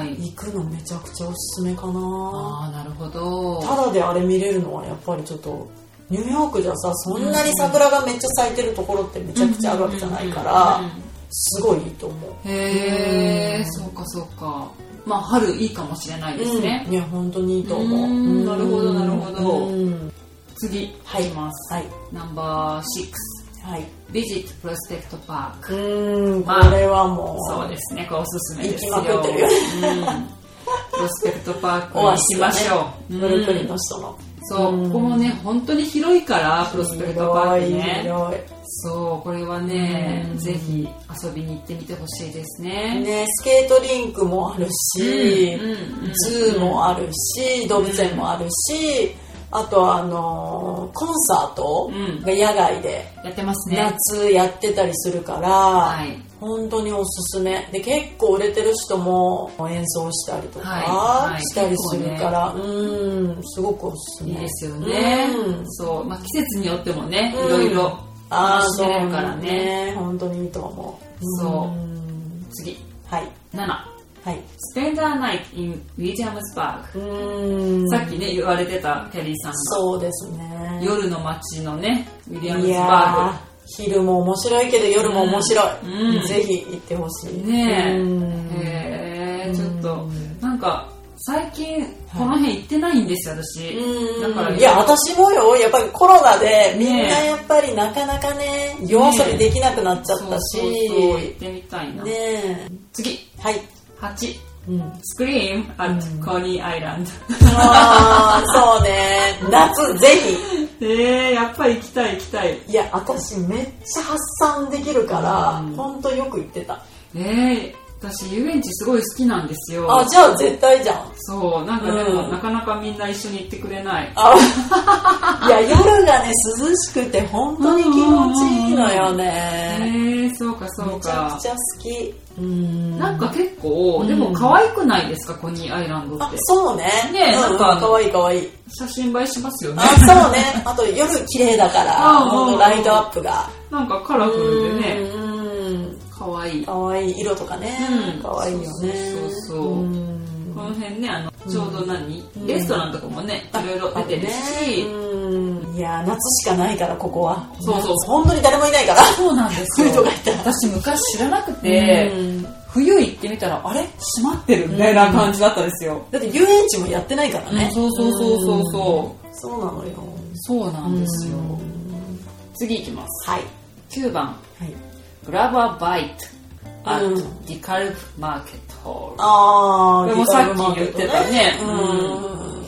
[SPEAKER 1] いはい
[SPEAKER 3] 行くのめちゃくちゃおすすめかな
[SPEAKER 1] ああなるほど
[SPEAKER 3] ただであれ見れるのはやっぱりちょっとニューヨークじゃさそんなに桜がめっちゃ咲いてるところってめちゃくちゃあるわけじゃないから
[SPEAKER 1] うんうんうんうん
[SPEAKER 3] すごいいいと思う
[SPEAKER 1] へえそうかそうかまあ春いいかもしれないですね、
[SPEAKER 3] うんいや本当にいいと思う
[SPEAKER 1] う
[SPEAKER 3] うんん
[SPEAKER 4] なるほどなるほど
[SPEAKER 3] うん
[SPEAKER 1] 次い
[SPEAKER 3] はい
[SPEAKER 1] きます、
[SPEAKER 3] はい
[SPEAKER 1] ナンバー
[SPEAKER 3] はい
[SPEAKER 1] 6ビジットプロスペクトパーク
[SPEAKER 3] うんこ
[SPEAKER 1] まあ
[SPEAKER 3] れはもう
[SPEAKER 1] そうですねこれおすすめですよ
[SPEAKER 3] 行きまくってるよ
[SPEAKER 1] うんプロスペクトパ ークに
[SPEAKER 3] オ
[SPEAKER 1] 行
[SPEAKER 3] アシ
[SPEAKER 1] き
[SPEAKER 3] スだ
[SPEAKER 1] ま
[SPEAKER 3] ね
[SPEAKER 1] しょう、
[SPEAKER 3] ブルックリン
[SPEAKER 1] うん
[SPEAKER 3] の人の
[SPEAKER 1] そう、
[SPEAKER 3] うん
[SPEAKER 1] ここもね本当に広いからプロスペクトパークね
[SPEAKER 3] 広い
[SPEAKER 1] そうこれはね、
[SPEAKER 3] うん
[SPEAKER 1] ぜひ遊びに行ってみてほしいですね
[SPEAKER 3] ね、スケートリンクもあるし、
[SPEAKER 1] うんうんうん
[SPEAKER 3] ズーもあるし動物園もあるし、あとはあのーコンサート
[SPEAKER 1] うん
[SPEAKER 3] が野外で
[SPEAKER 1] やってますね
[SPEAKER 3] 夏やってたりするから、
[SPEAKER 1] はい
[SPEAKER 3] 本当におすすめで結構売れてる人も演奏したりとか、
[SPEAKER 1] はいはい
[SPEAKER 3] したりするから、うんすごくおすすめ
[SPEAKER 1] いいですよね、
[SPEAKER 3] うん
[SPEAKER 1] そう、まあ、季節によってもね
[SPEAKER 3] うん
[SPEAKER 1] いろいろ
[SPEAKER 3] ああ
[SPEAKER 1] 楽し
[SPEAKER 3] そう
[SPEAKER 1] めるからね
[SPEAKER 3] ね本当にいいと思う
[SPEAKER 1] そうん次
[SPEAKER 3] はい
[SPEAKER 1] 7
[SPEAKER 3] はい
[SPEAKER 1] スペンダーナイト in ウィジアムスパーク、
[SPEAKER 3] うん
[SPEAKER 1] さっきね言われてたキャリーさんの
[SPEAKER 3] そうですね
[SPEAKER 1] 夜の街のねウィリアム
[SPEAKER 3] い
[SPEAKER 1] ス
[SPEAKER 3] や
[SPEAKER 1] パ
[SPEAKER 3] ー昼も面白いけど夜も面白い、
[SPEAKER 1] うんうん
[SPEAKER 3] ぜひ行ってほしい
[SPEAKER 1] ークね
[SPEAKER 3] うん
[SPEAKER 1] えへえちょっ
[SPEAKER 3] う
[SPEAKER 1] と
[SPEAKER 3] ん
[SPEAKER 1] なんか最近この辺行ってないんですよ私、
[SPEAKER 3] うん
[SPEAKER 1] だから
[SPEAKER 3] いや私もよやっぱりコロナでみんな
[SPEAKER 1] ねえ
[SPEAKER 3] やっぱりなかなかね夜遊びできなくなっち
[SPEAKER 1] そう
[SPEAKER 3] ゃっ
[SPEAKER 1] そ
[SPEAKER 3] た
[SPEAKER 1] う
[SPEAKER 3] し
[SPEAKER 1] そう行ってみたいな、
[SPEAKER 3] ねえ
[SPEAKER 1] 次
[SPEAKER 3] はい、
[SPEAKER 1] 8
[SPEAKER 3] うん、
[SPEAKER 1] スクリーム at コニーアイ ランド
[SPEAKER 3] あーそうね夏ぜひ
[SPEAKER 1] えー、やっぱり行きたい行きたい
[SPEAKER 3] いや私めっちゃ発散できるから、
[SPEAKER 1] うん
[SPEAKER 3] ほんとよく行ってた
[SPEAKER 1] ねえ私遊園地すごい好きなんですよ
[SPEAKER 3] あじゃあ絶対じゃん
[SPEAKER 1] そうなんかでも、
[SPEAKER 3] うん
[SPEAKER 1] なかなかみんな一緒に行ってくれない
[SPEAKER 3] あ いや夜がね涼しくて本当に気持ちいいのよ
[SPEAKER 1] え
[SPEAKER 3] ね
[SPEAKER 1] ー、そうかそう
[SPEAKER 3] めちゃ
[SPEAKER 1] か
[SPEAKER 3] くちゃ好きうん
[SPEAKER 1] なんか結構、でも可愛くないですかコニーアイランドっ
[SPEAKER 3] あ
[SPEAKER 1] て
[SPEAKER 3] そうね
[SPEAKER 1] ねえなんか
[SPEAKER 3] うかわいいかわいい
[SPEAKER 1] 写真映えしますよね
[SPEAKER 3] あそうね あと夜綺麗だから
[SPEAKER 1] あ
[SPEAKER 3] ほんとライトアップが
[SPEAKER 1] なんかカラフルでね
[SPEAKER 3] うん
[SPEAKER 1] 可愛い
[SPEAKER 3] かわいい色とかね
[SPEAKER 1] うん
[SPEAKER 3] かわいいよね
[SPEAKER 1] そうそうそう
[SPEAKER 3] うん
[SPEAKER 1] この辺ねあのちょうど何、
[SPEAKER 3] うん
[SPEAKER 1] レストランとかもねいろいろ出てるし、
[SPEAKER 3] あとねうんいや夏しかないからここは
[SPEAKER 1] そうそう
[SPEAKER 3] 本当に誰もいないから
[SPEAKER 1] そうなんです
[SPEAKER 3] そういうと
[SPEAKER 1] よ
[SPEAKER 3] こ行ったら
[SPEAKER 1] 私昔知らなくて、
[SPEAKER 3] うん
[SPEAKER 1] 冬行ってみたらあれ閉まってるみたいな感じだったんですよ、
[SPEAKER 3] だって遊園地もやってないからね、
[SPEAKER 1] そうそうそうそうそう
[SPEAKER 3] そうなのよ
[SPEAKER 1] うそうな
[SPEAKER 3] なんん
[SPEAKER 1] で
[SPEAKER 3] ですす
[SPEAKER 1] よ
[SPEAKER 3] よ
[SPEAKER 1] 次行きます
[SPEAKER 3] はい
[SPEAKER 1] 9番
[SPEAKER 3] はい
[SPEAKER 1] グラバーバイト at
[SPEAKER 3] うん
[SPEAKER 1] ディカルプマーケットホール
[SPEAKER 3] あ
[SPEAKER 1] こ
[SPEAKER 3] あ
[SPEAKER 1] れもさっき言ってたね
[SPEAKER 3] う
[SPEAKER 1] うん
[SPEAKER 3] ん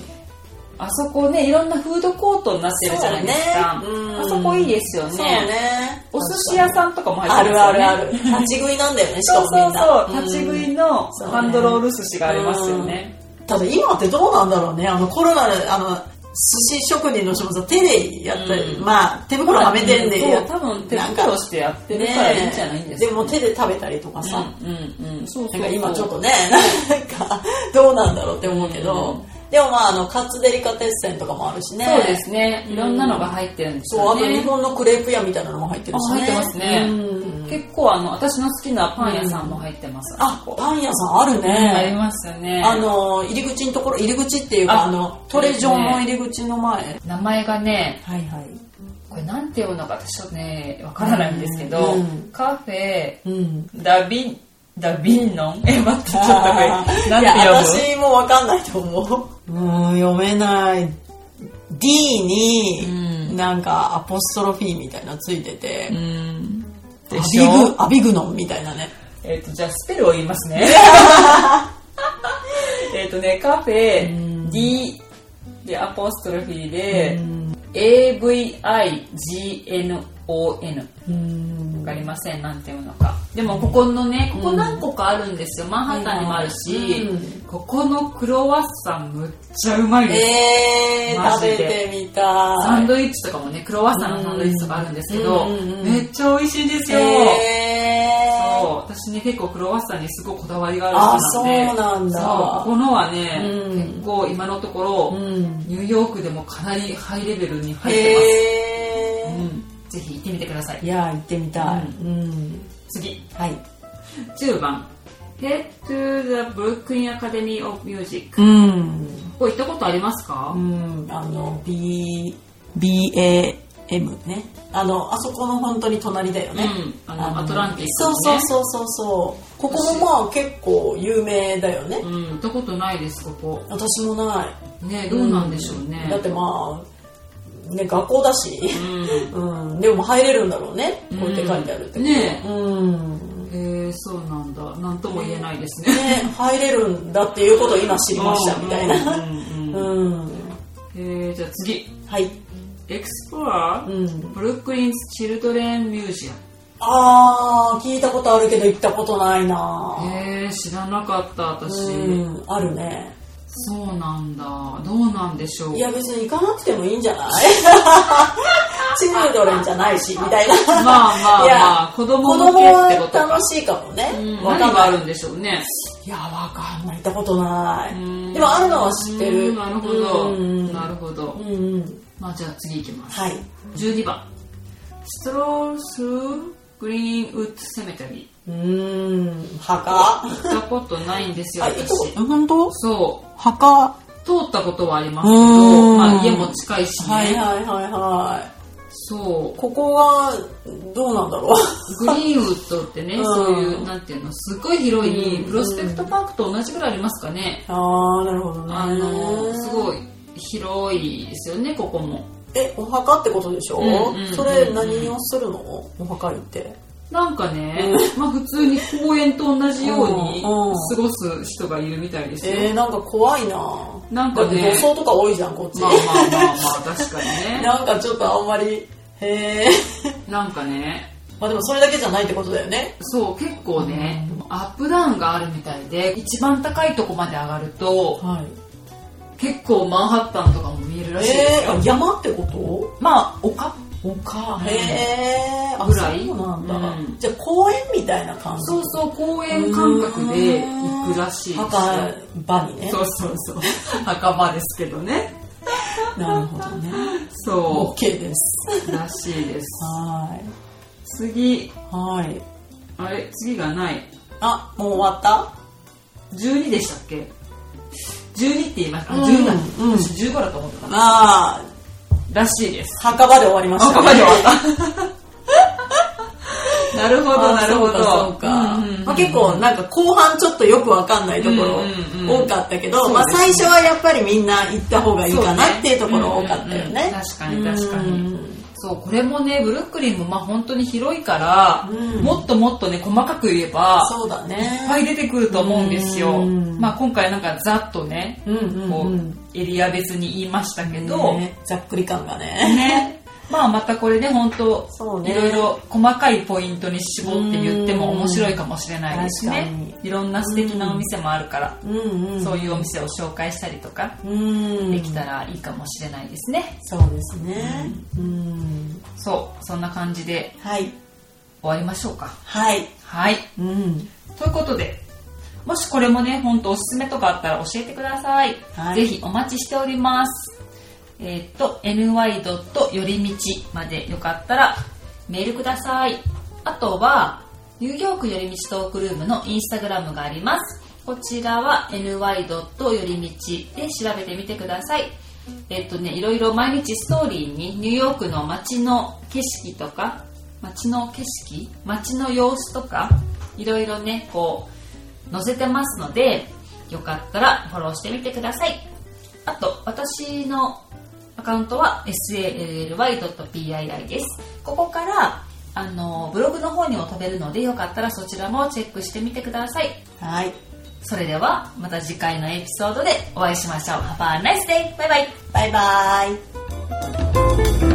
[SPEAKER 1] あそこねいろんなフードコートになってるじゃないですか、
[SPEAKER 3] そうねうん
[SPEAKER 1] あそこいいですよね
[SPEAKER 3] そうね
[SPEAKER 1] お寿司屋さんとかも入っ
[SPEAKER 3] あ
[SPEAKER 1] て
[SPEAKER 3] る
[SPEAKER 1] ますよ
[SPEAKER 3] あ
[SPEAKER 1] ね
[SPEAKER 3] るある立ち食いなんだよねしか
[SPEAKER 1] そう
[SPEAKER 3] もみ
[SPEAKER 1] そ
[SPEAKER 3] ん
[SPEAKER 1] う
[SPEAKER 3] な
[SPEAKER 1] そう、
[SPEAKER 3] ん
[SPEAKER 1] 立ち食いの
[SPEAKER 3] そうね
[SPEAKER 1] ハンドロール寿司がありますよね、
[SPEAKER 3] ただ今ってどうなんだろうねあのコロナであの寿司職人の人もさ手でやったり、
[SPEAKER 1] うん
[SPEAKER 3] まあ手袋はめてんで
[SPEAKER 1] そ
[SPEAKER 3] や
[SPEAKER 1] う多分手
[SPEAKER 3] なんか
[SPEAKER 1] 袋してやってるからいいんじゃないんです
[SPEAKER 3] ねえでも手で食べたりとかさ、
[SPEAKER 1] うんうんうんそうそう
[SPEAKER 3] なんか今ちょっとね、なんかどうなんだろうって思うけど、でもまああのカッツデリカテッセンとかもあるしね
[SPEAKER 1] そうですね。いろんなのが入ってるんです
[SPEAKER 3] そうあ
[SPEAKER 1] よ
[SPEAKER 3] と日
[SPEAKER 1] ね。
[SPEAKER 3] 本のクレープ屋みたいなのも入ってるしね
[SPEAKER 1] あ入ってますね
[SPEAKER 3] うん
[SPEAKER 1] 結構あの、私の好きなパン屋さんも入ってます。
[SPEAKER 3] あパン屋さんある
[SPEAKER 1] あり
[SPEAKER 3] ね
[SPEAKER 1] ますよね。
[SPEAKER 3] あの入り口のところ入り口っていうか
[SPEAKER 1] あ
[SPEAKER 3] あのトレジョンの入り口の前
[SPEAKER 1] 名前がね、
[SPEAKER 3] はいはい
[SPEAKER 1] これなんて読むのか私はね、わからないんですけど、
[SPEAKER 3] うん
[SPEAKER 1] カフェ、
[SPEAKER 3] うん
[SPEAKER 1] ダビン、ダビンノン え、待って、ちょっとこれ、なんて
[SPEAKER 3] いや
[SPEAKER 1] 読む
[SPEAKER 3] 私もわかんないと思ううん読めない D になんかアポストロフィーみたいなついてて、
[SPEAKER 1] うん。
[SPEAKER 3] ア
[SPEAKER 1] でし
[SPEAKER 3] ビ
[SPEAKER 1] ょ
[SPEAKER 3] グアビグノンみたいなね
[SPEAKER 1] えっ、と、じゃあスペルを言いますね。 えっとね、カフェ、D でアポストロフィーで、AVIGNON。わかりません、なんていうのか。でも、ここのね、ここ何個かあるんですよ。マンハッタンにもあるし、
[SPEAKER 3] うん
[SPEAKER 1] ここのクロワッサンむっちゃうまいです。
[SPEAKER 3] えー、
[SPEAKER 1] マ
[SPEAKER 3] 食
[SPEAKER 1] ジで
[SPEAKER 3] べてみた
[SPEAKER 1] サン
[SPEAKER 3] い
[SPEAKER 1] ドイッチとかもね、クロワッサンのサンドイッチとかあるんですけど、
[SPEAKER 3] うんうんうん
[SPEAKER 1] めっちゃ美味しいんですよ。
[SPEAKER 3] えー
[SPEAKER 1] そう私ね結構クロワッサンにすごいこだわりがあ
[SPEAKER 3] あ
[SPEAKER 1] る人なんで
[SPEAKER 3] そうなんだ
[SPEAKER 1] そうここのはね、
[SPEAKER 3] うん
[SPEAKER 1] 結構今のところ、
[SPEAKER 3] うん
[SPEAKER 1] ニューヨークでもかなりハイレベルに入ってます、
[SPEAKER 3] へー
[SPEAKER 1] うん、ぜひ行ってみてください
[SPEAKER 3] いやー行ってみたい、
[SPEAKER 1] う
[SPEAKER 3] うん
[SPEAKER 1] 次
[SPEAKER 3] はい
[SPEAKER 1] 10番 Head to the Brooklyn Academy of Music
[SPEAKER 3] うん、
[SPEAKER 1] ここ行ったことありますか、
[SPEAKER 3] うん、あの B BAM ねあのあそこの本当に隣だよね、
[SPEAKER 1] うんあのアトランティックの
[SPEAKER 3] そう
[SPEAKER 1] ね
[SPEAKER 3] そうそうそうそうここもまあ結構有名だよね、
[SPEAKER 1] うん、行ったことないですここ
[SPEAKER 3] 私もない
[SPEAKER 1] ねどうなんでしょうね、うん、
[SPEAKER 3] だってまあね学校だし、うん、でも入れるんだろうねこうやって書いてあるって、
[SPEAKER 1] ね
[SPEAKER 3] うん
[SPEAKER 1] えー、そうなんだなんとも言えないですね
[SPEAKER 3] ね、入れるんだっていうことを今知りましたみたいな
[SPEAKER 1] うんうんうん
[SPEAKER 3] うん
[SPEAKER 1] えー、じゃあ次
[SPEAKER 3] はい、
[SPEAKER 1] Explorer
[SPEAKER 3] うん、
[SPEAKER 1] Brooklyn's Children Museum
[SPEAKER 3] あー聞いたことあるけど行ったことないな
[SPEAKER 1] えー、知らなかった私、
[SPEAKER 3] うん、あるね。
[SPEAKER 1] そうなんだどうなんでしょう
[SPEAKER 3] いや別に行かなくてもいいんじゃ ないチルドレンじゃない し、みたいな。
[SPEAKER 1] まあまあ
[SPEAKER 3] いや
[SPEAKER 1] まあ子供
[SPEAKER 3] 子
[SPEAKER 1] 向
[SPEAKER 3] 供
[SPEAKER 1] けってこ
[SPEAKER 3] は
[SPEAKER 1] とか
[SPEAKER 3] 楽、しいかもね
[SPEAKER 1] うん。
[SPEAKER 3] わ
[SPEAKER 1] 何
[SPEAKER 3] かん
[SPEAKER 1] が
[SPEAKER 3] な
[SPEAKER 1] あ
[SPEAKER 3] い。
[SPEAKER 1] るんでしょうね
[SPEAKER 3] いや、わかんない。行ったことな
[SPEAKER 1] うん
[SPEAKER 3] い。でもあるのは知って
[SPEAKER 1] う
[SPEAKER 3] る。
[SPEAKER 1] んなるほど、
[SPEAKER 3] うん
[SPEAKER 1] なるほど
[SPEAKER 3] うんうん。
[SPEAKER 1] まあじゃあ次行きます
[SPEAKER 3] はい。
[SPEAKER 1] 12番 Stroll through Greenwood Cemetery
[SPEAKER 3] うん。墓
[SPEAKER 1] 行ったことないんですよ
[SPEAKER 3] あ、
[SPEAKER 1] 私
[SPEAKER 3] 行ったこと本当
[SPEAKER 1] そう
[SPEAKER 3] 墓。は
[SPEAKER 1] 通ったことはありますけ
[SPEAKER 3] う
[SPEAKER 1] ど、
[SPEAKER 3] ん
[SPEAKER 1] まあ、家も近いし
[SPEAKER 3] い
[SPEAKER 1] ね、
[SPEAKER 3] はいはいはい。
[SPEAKER 1] そう
[SPEAKER 3] ここは、どうなんだろう。
[SPEAKER 1] グリーンウッドってね、
[SPEAKER 3] うん
[SPEAKER 1] そういうなんていうのすごい広い
[SPEAKER 3] うん
[SPEAKER 1] プロスペクトパークと同じぐらいありますかね、
[SPEAKER 3] あー、なるほどね。
[SPEAKER 1] あのすごい広いですよねここも
[SPEAKER 3] え、お墓ってことでしょ、
[SPEAKER 1] うんうんうんうん
[SPEAKER 3] それ何をするのお墓行って。
[SPEAKER 1] なんかね、まあ普通に公園と同じように
[SPEAKER 3] うんうん
[SPEAKER 1] 過ごす人がいるみたいですよ、
[SPEAKER 3] えー、なんか怖いな
[SPEAKER 1] なんかね
[SPEAKER 3] だって土葬とか多いじゃん、こっち。
[SPEAKER 1] まあまあまあまあ確かにね
[SPEAKER 3] なんかちょっとあんまり、へえ。
[SPEAKER 1] なんかね
[SPEAKER 3] まあでもそれだけじゃないってことだよね。
[SPEAKER 1] そう結構ね、アップダウンがあるみたいで一番高いとこまで上がると
[SPEAKER 3] はい。
[SPEAKER 1] 結構マンハッタンとかも見えるらしいです
[SPEAKER 3] え
[SPEAKER 1] よ、
[SPEAKER 3] ー、山ってこと
[SPEAKER 1] まあ丘
[SPEAKER 3] 丘。へえ。あ
[SPEAKER 1] ぐらい
[SPEAKER 3] そうなんだ。
[SPEAKER 1] うん
[SPEAKER 3] じゃあ公園みたいな感じ
[SPEAKER 1] そうそう、公園感覚で行くらしいですよ。
[SPEAKER 3] 墓場にね。
[SPEAKER 1] そうそうそう。墓場ですけどね。
[SPEAKER 3] なるほどね。
[SPEAKER 1] そ
[SPEAKER 3] OK です。
[SPEAKER 1] う。らしいです。
[SPEAKER 3] は
[SPEAKER 1] 次、
[SPEAKER 3] い。はい。
[SPEAKER 1] あれ、次がない。
[SPEAKER 3] あ、もう終わった
[SPEAKER 1] 12でしたっけ ?12 って言いました。あ12だ。
[SPEAKER 3] うんうん
[SPEAKER 1] 私15だと思ってた。
[SPEAKER 3] ああ、
[SPEAKER 1] らしいです。
[SPEAKER 3] 墓場で終わりました、
[SPEAKER 1] 墓
[SPEAKER 3] ね。
[SPEAKER 1] 場で終わった。 なるほど、
[SPEAKER 3] あ
[SPEAKER 1] なるほど。
[SPEAKER 3] そうか
[SPEAKER 1] うんうんうん
[SPEAKER 3] まあ、結構なんか後半ちょっとよくわかんないところ
[SPEAKER 1] うんうんうん
[SPEAKER 3] 多かったけど、
[SPEAKER 1] そう
[SPEAKER 3] まあ、
[SPEAKER 1] ですね
[SPEAKER 3] 最初はやっぱりみんな行った方がいいかなっていうところ多かったよ
[SPEAKER 1] そううん
[SPEAKER 3] ね
[SPEAKER 1] うんうん。確かに確かに
[SPEAKER 3] うん
[SPEAKER 1] そうこれもねブルックリンもまあ本当に広いから、
[SPEAKER 3] うん
[SPEAKER 1] もっともっとね細かく言えば
[SPEAKER 3] そうだ
[SPEAKER 1] いっぱ
[SPEAKER 3] ね。
[SPEAKER 1] い出てくると思うんですよ。
[SPEAKER 3] うん
[SPEAKER 1] まあ今回なんかざっとね、
[SPEAKER 3] うん
[SPEAKER 1] こうエリア別に言いましたけど、ね
[SPEAKER 3] ねざっくり感 がね。
[SPEAKER 1] まあまたこれで本当
[SPEAKER 3] そう
[SPEAKER 1] い
[SPEAKER 3] ね。
[SPEAKER 1] ろいろ細かいポイントに絞って言っても面白いかもしれないです
[SPEAKER 3] うん
[SPEAKER 1] ね
[SPEAKER 3] 確。
[SPEAKER 1] いろんな素敵なお店もあるから、
[SPEAKER 3] うんうん。
[SPEAKER 1] そういうお店を紹介したりとか
[SPEAKER 3] うん。
[SPEAKER 1] できたらいいかもしれないですね。
[SPEAKER 3] そうですね。うん。
[SPEAKER 1] そう、そんな感じで
[SPEAKER 3] はい。
[SPEAKER 1] 終わりましょうか。
[SPEAKER 3] はい。
[SPEAKER 1] はい。
[SPEAKER 3] うん。
[SPEAKER 1] ということで、もしこれもね、ほんとおすすめとかあったら教えてください。
[SPEAKER 3] はい
[SPEAKER 1] ぜひお待ちしております。えーっと、ny. よりみちまでよかったらメールください。あとは、ニューヨークよりみちトークルームのインスタグラムがあります。こちらは ny. よりみちで調べてみてください。えーっとね、いろいろ毎日ストーリーにニューヨークの街の景色とか、街の景色街の様子とか、いろいろね、こう、載せてますのでよかったらフォローしてみてくださいあと私のアカウントは sally.pii ですここからあのブログの方にも飛べるのでよかったらそちらもチェックしてみてください
[SPEAKER 3] はい
[SPEAKER 1] それではまた次回のエピソードでお会いしましょう Have a nice day! バイバイ
[SPEAKER 3] バイバイ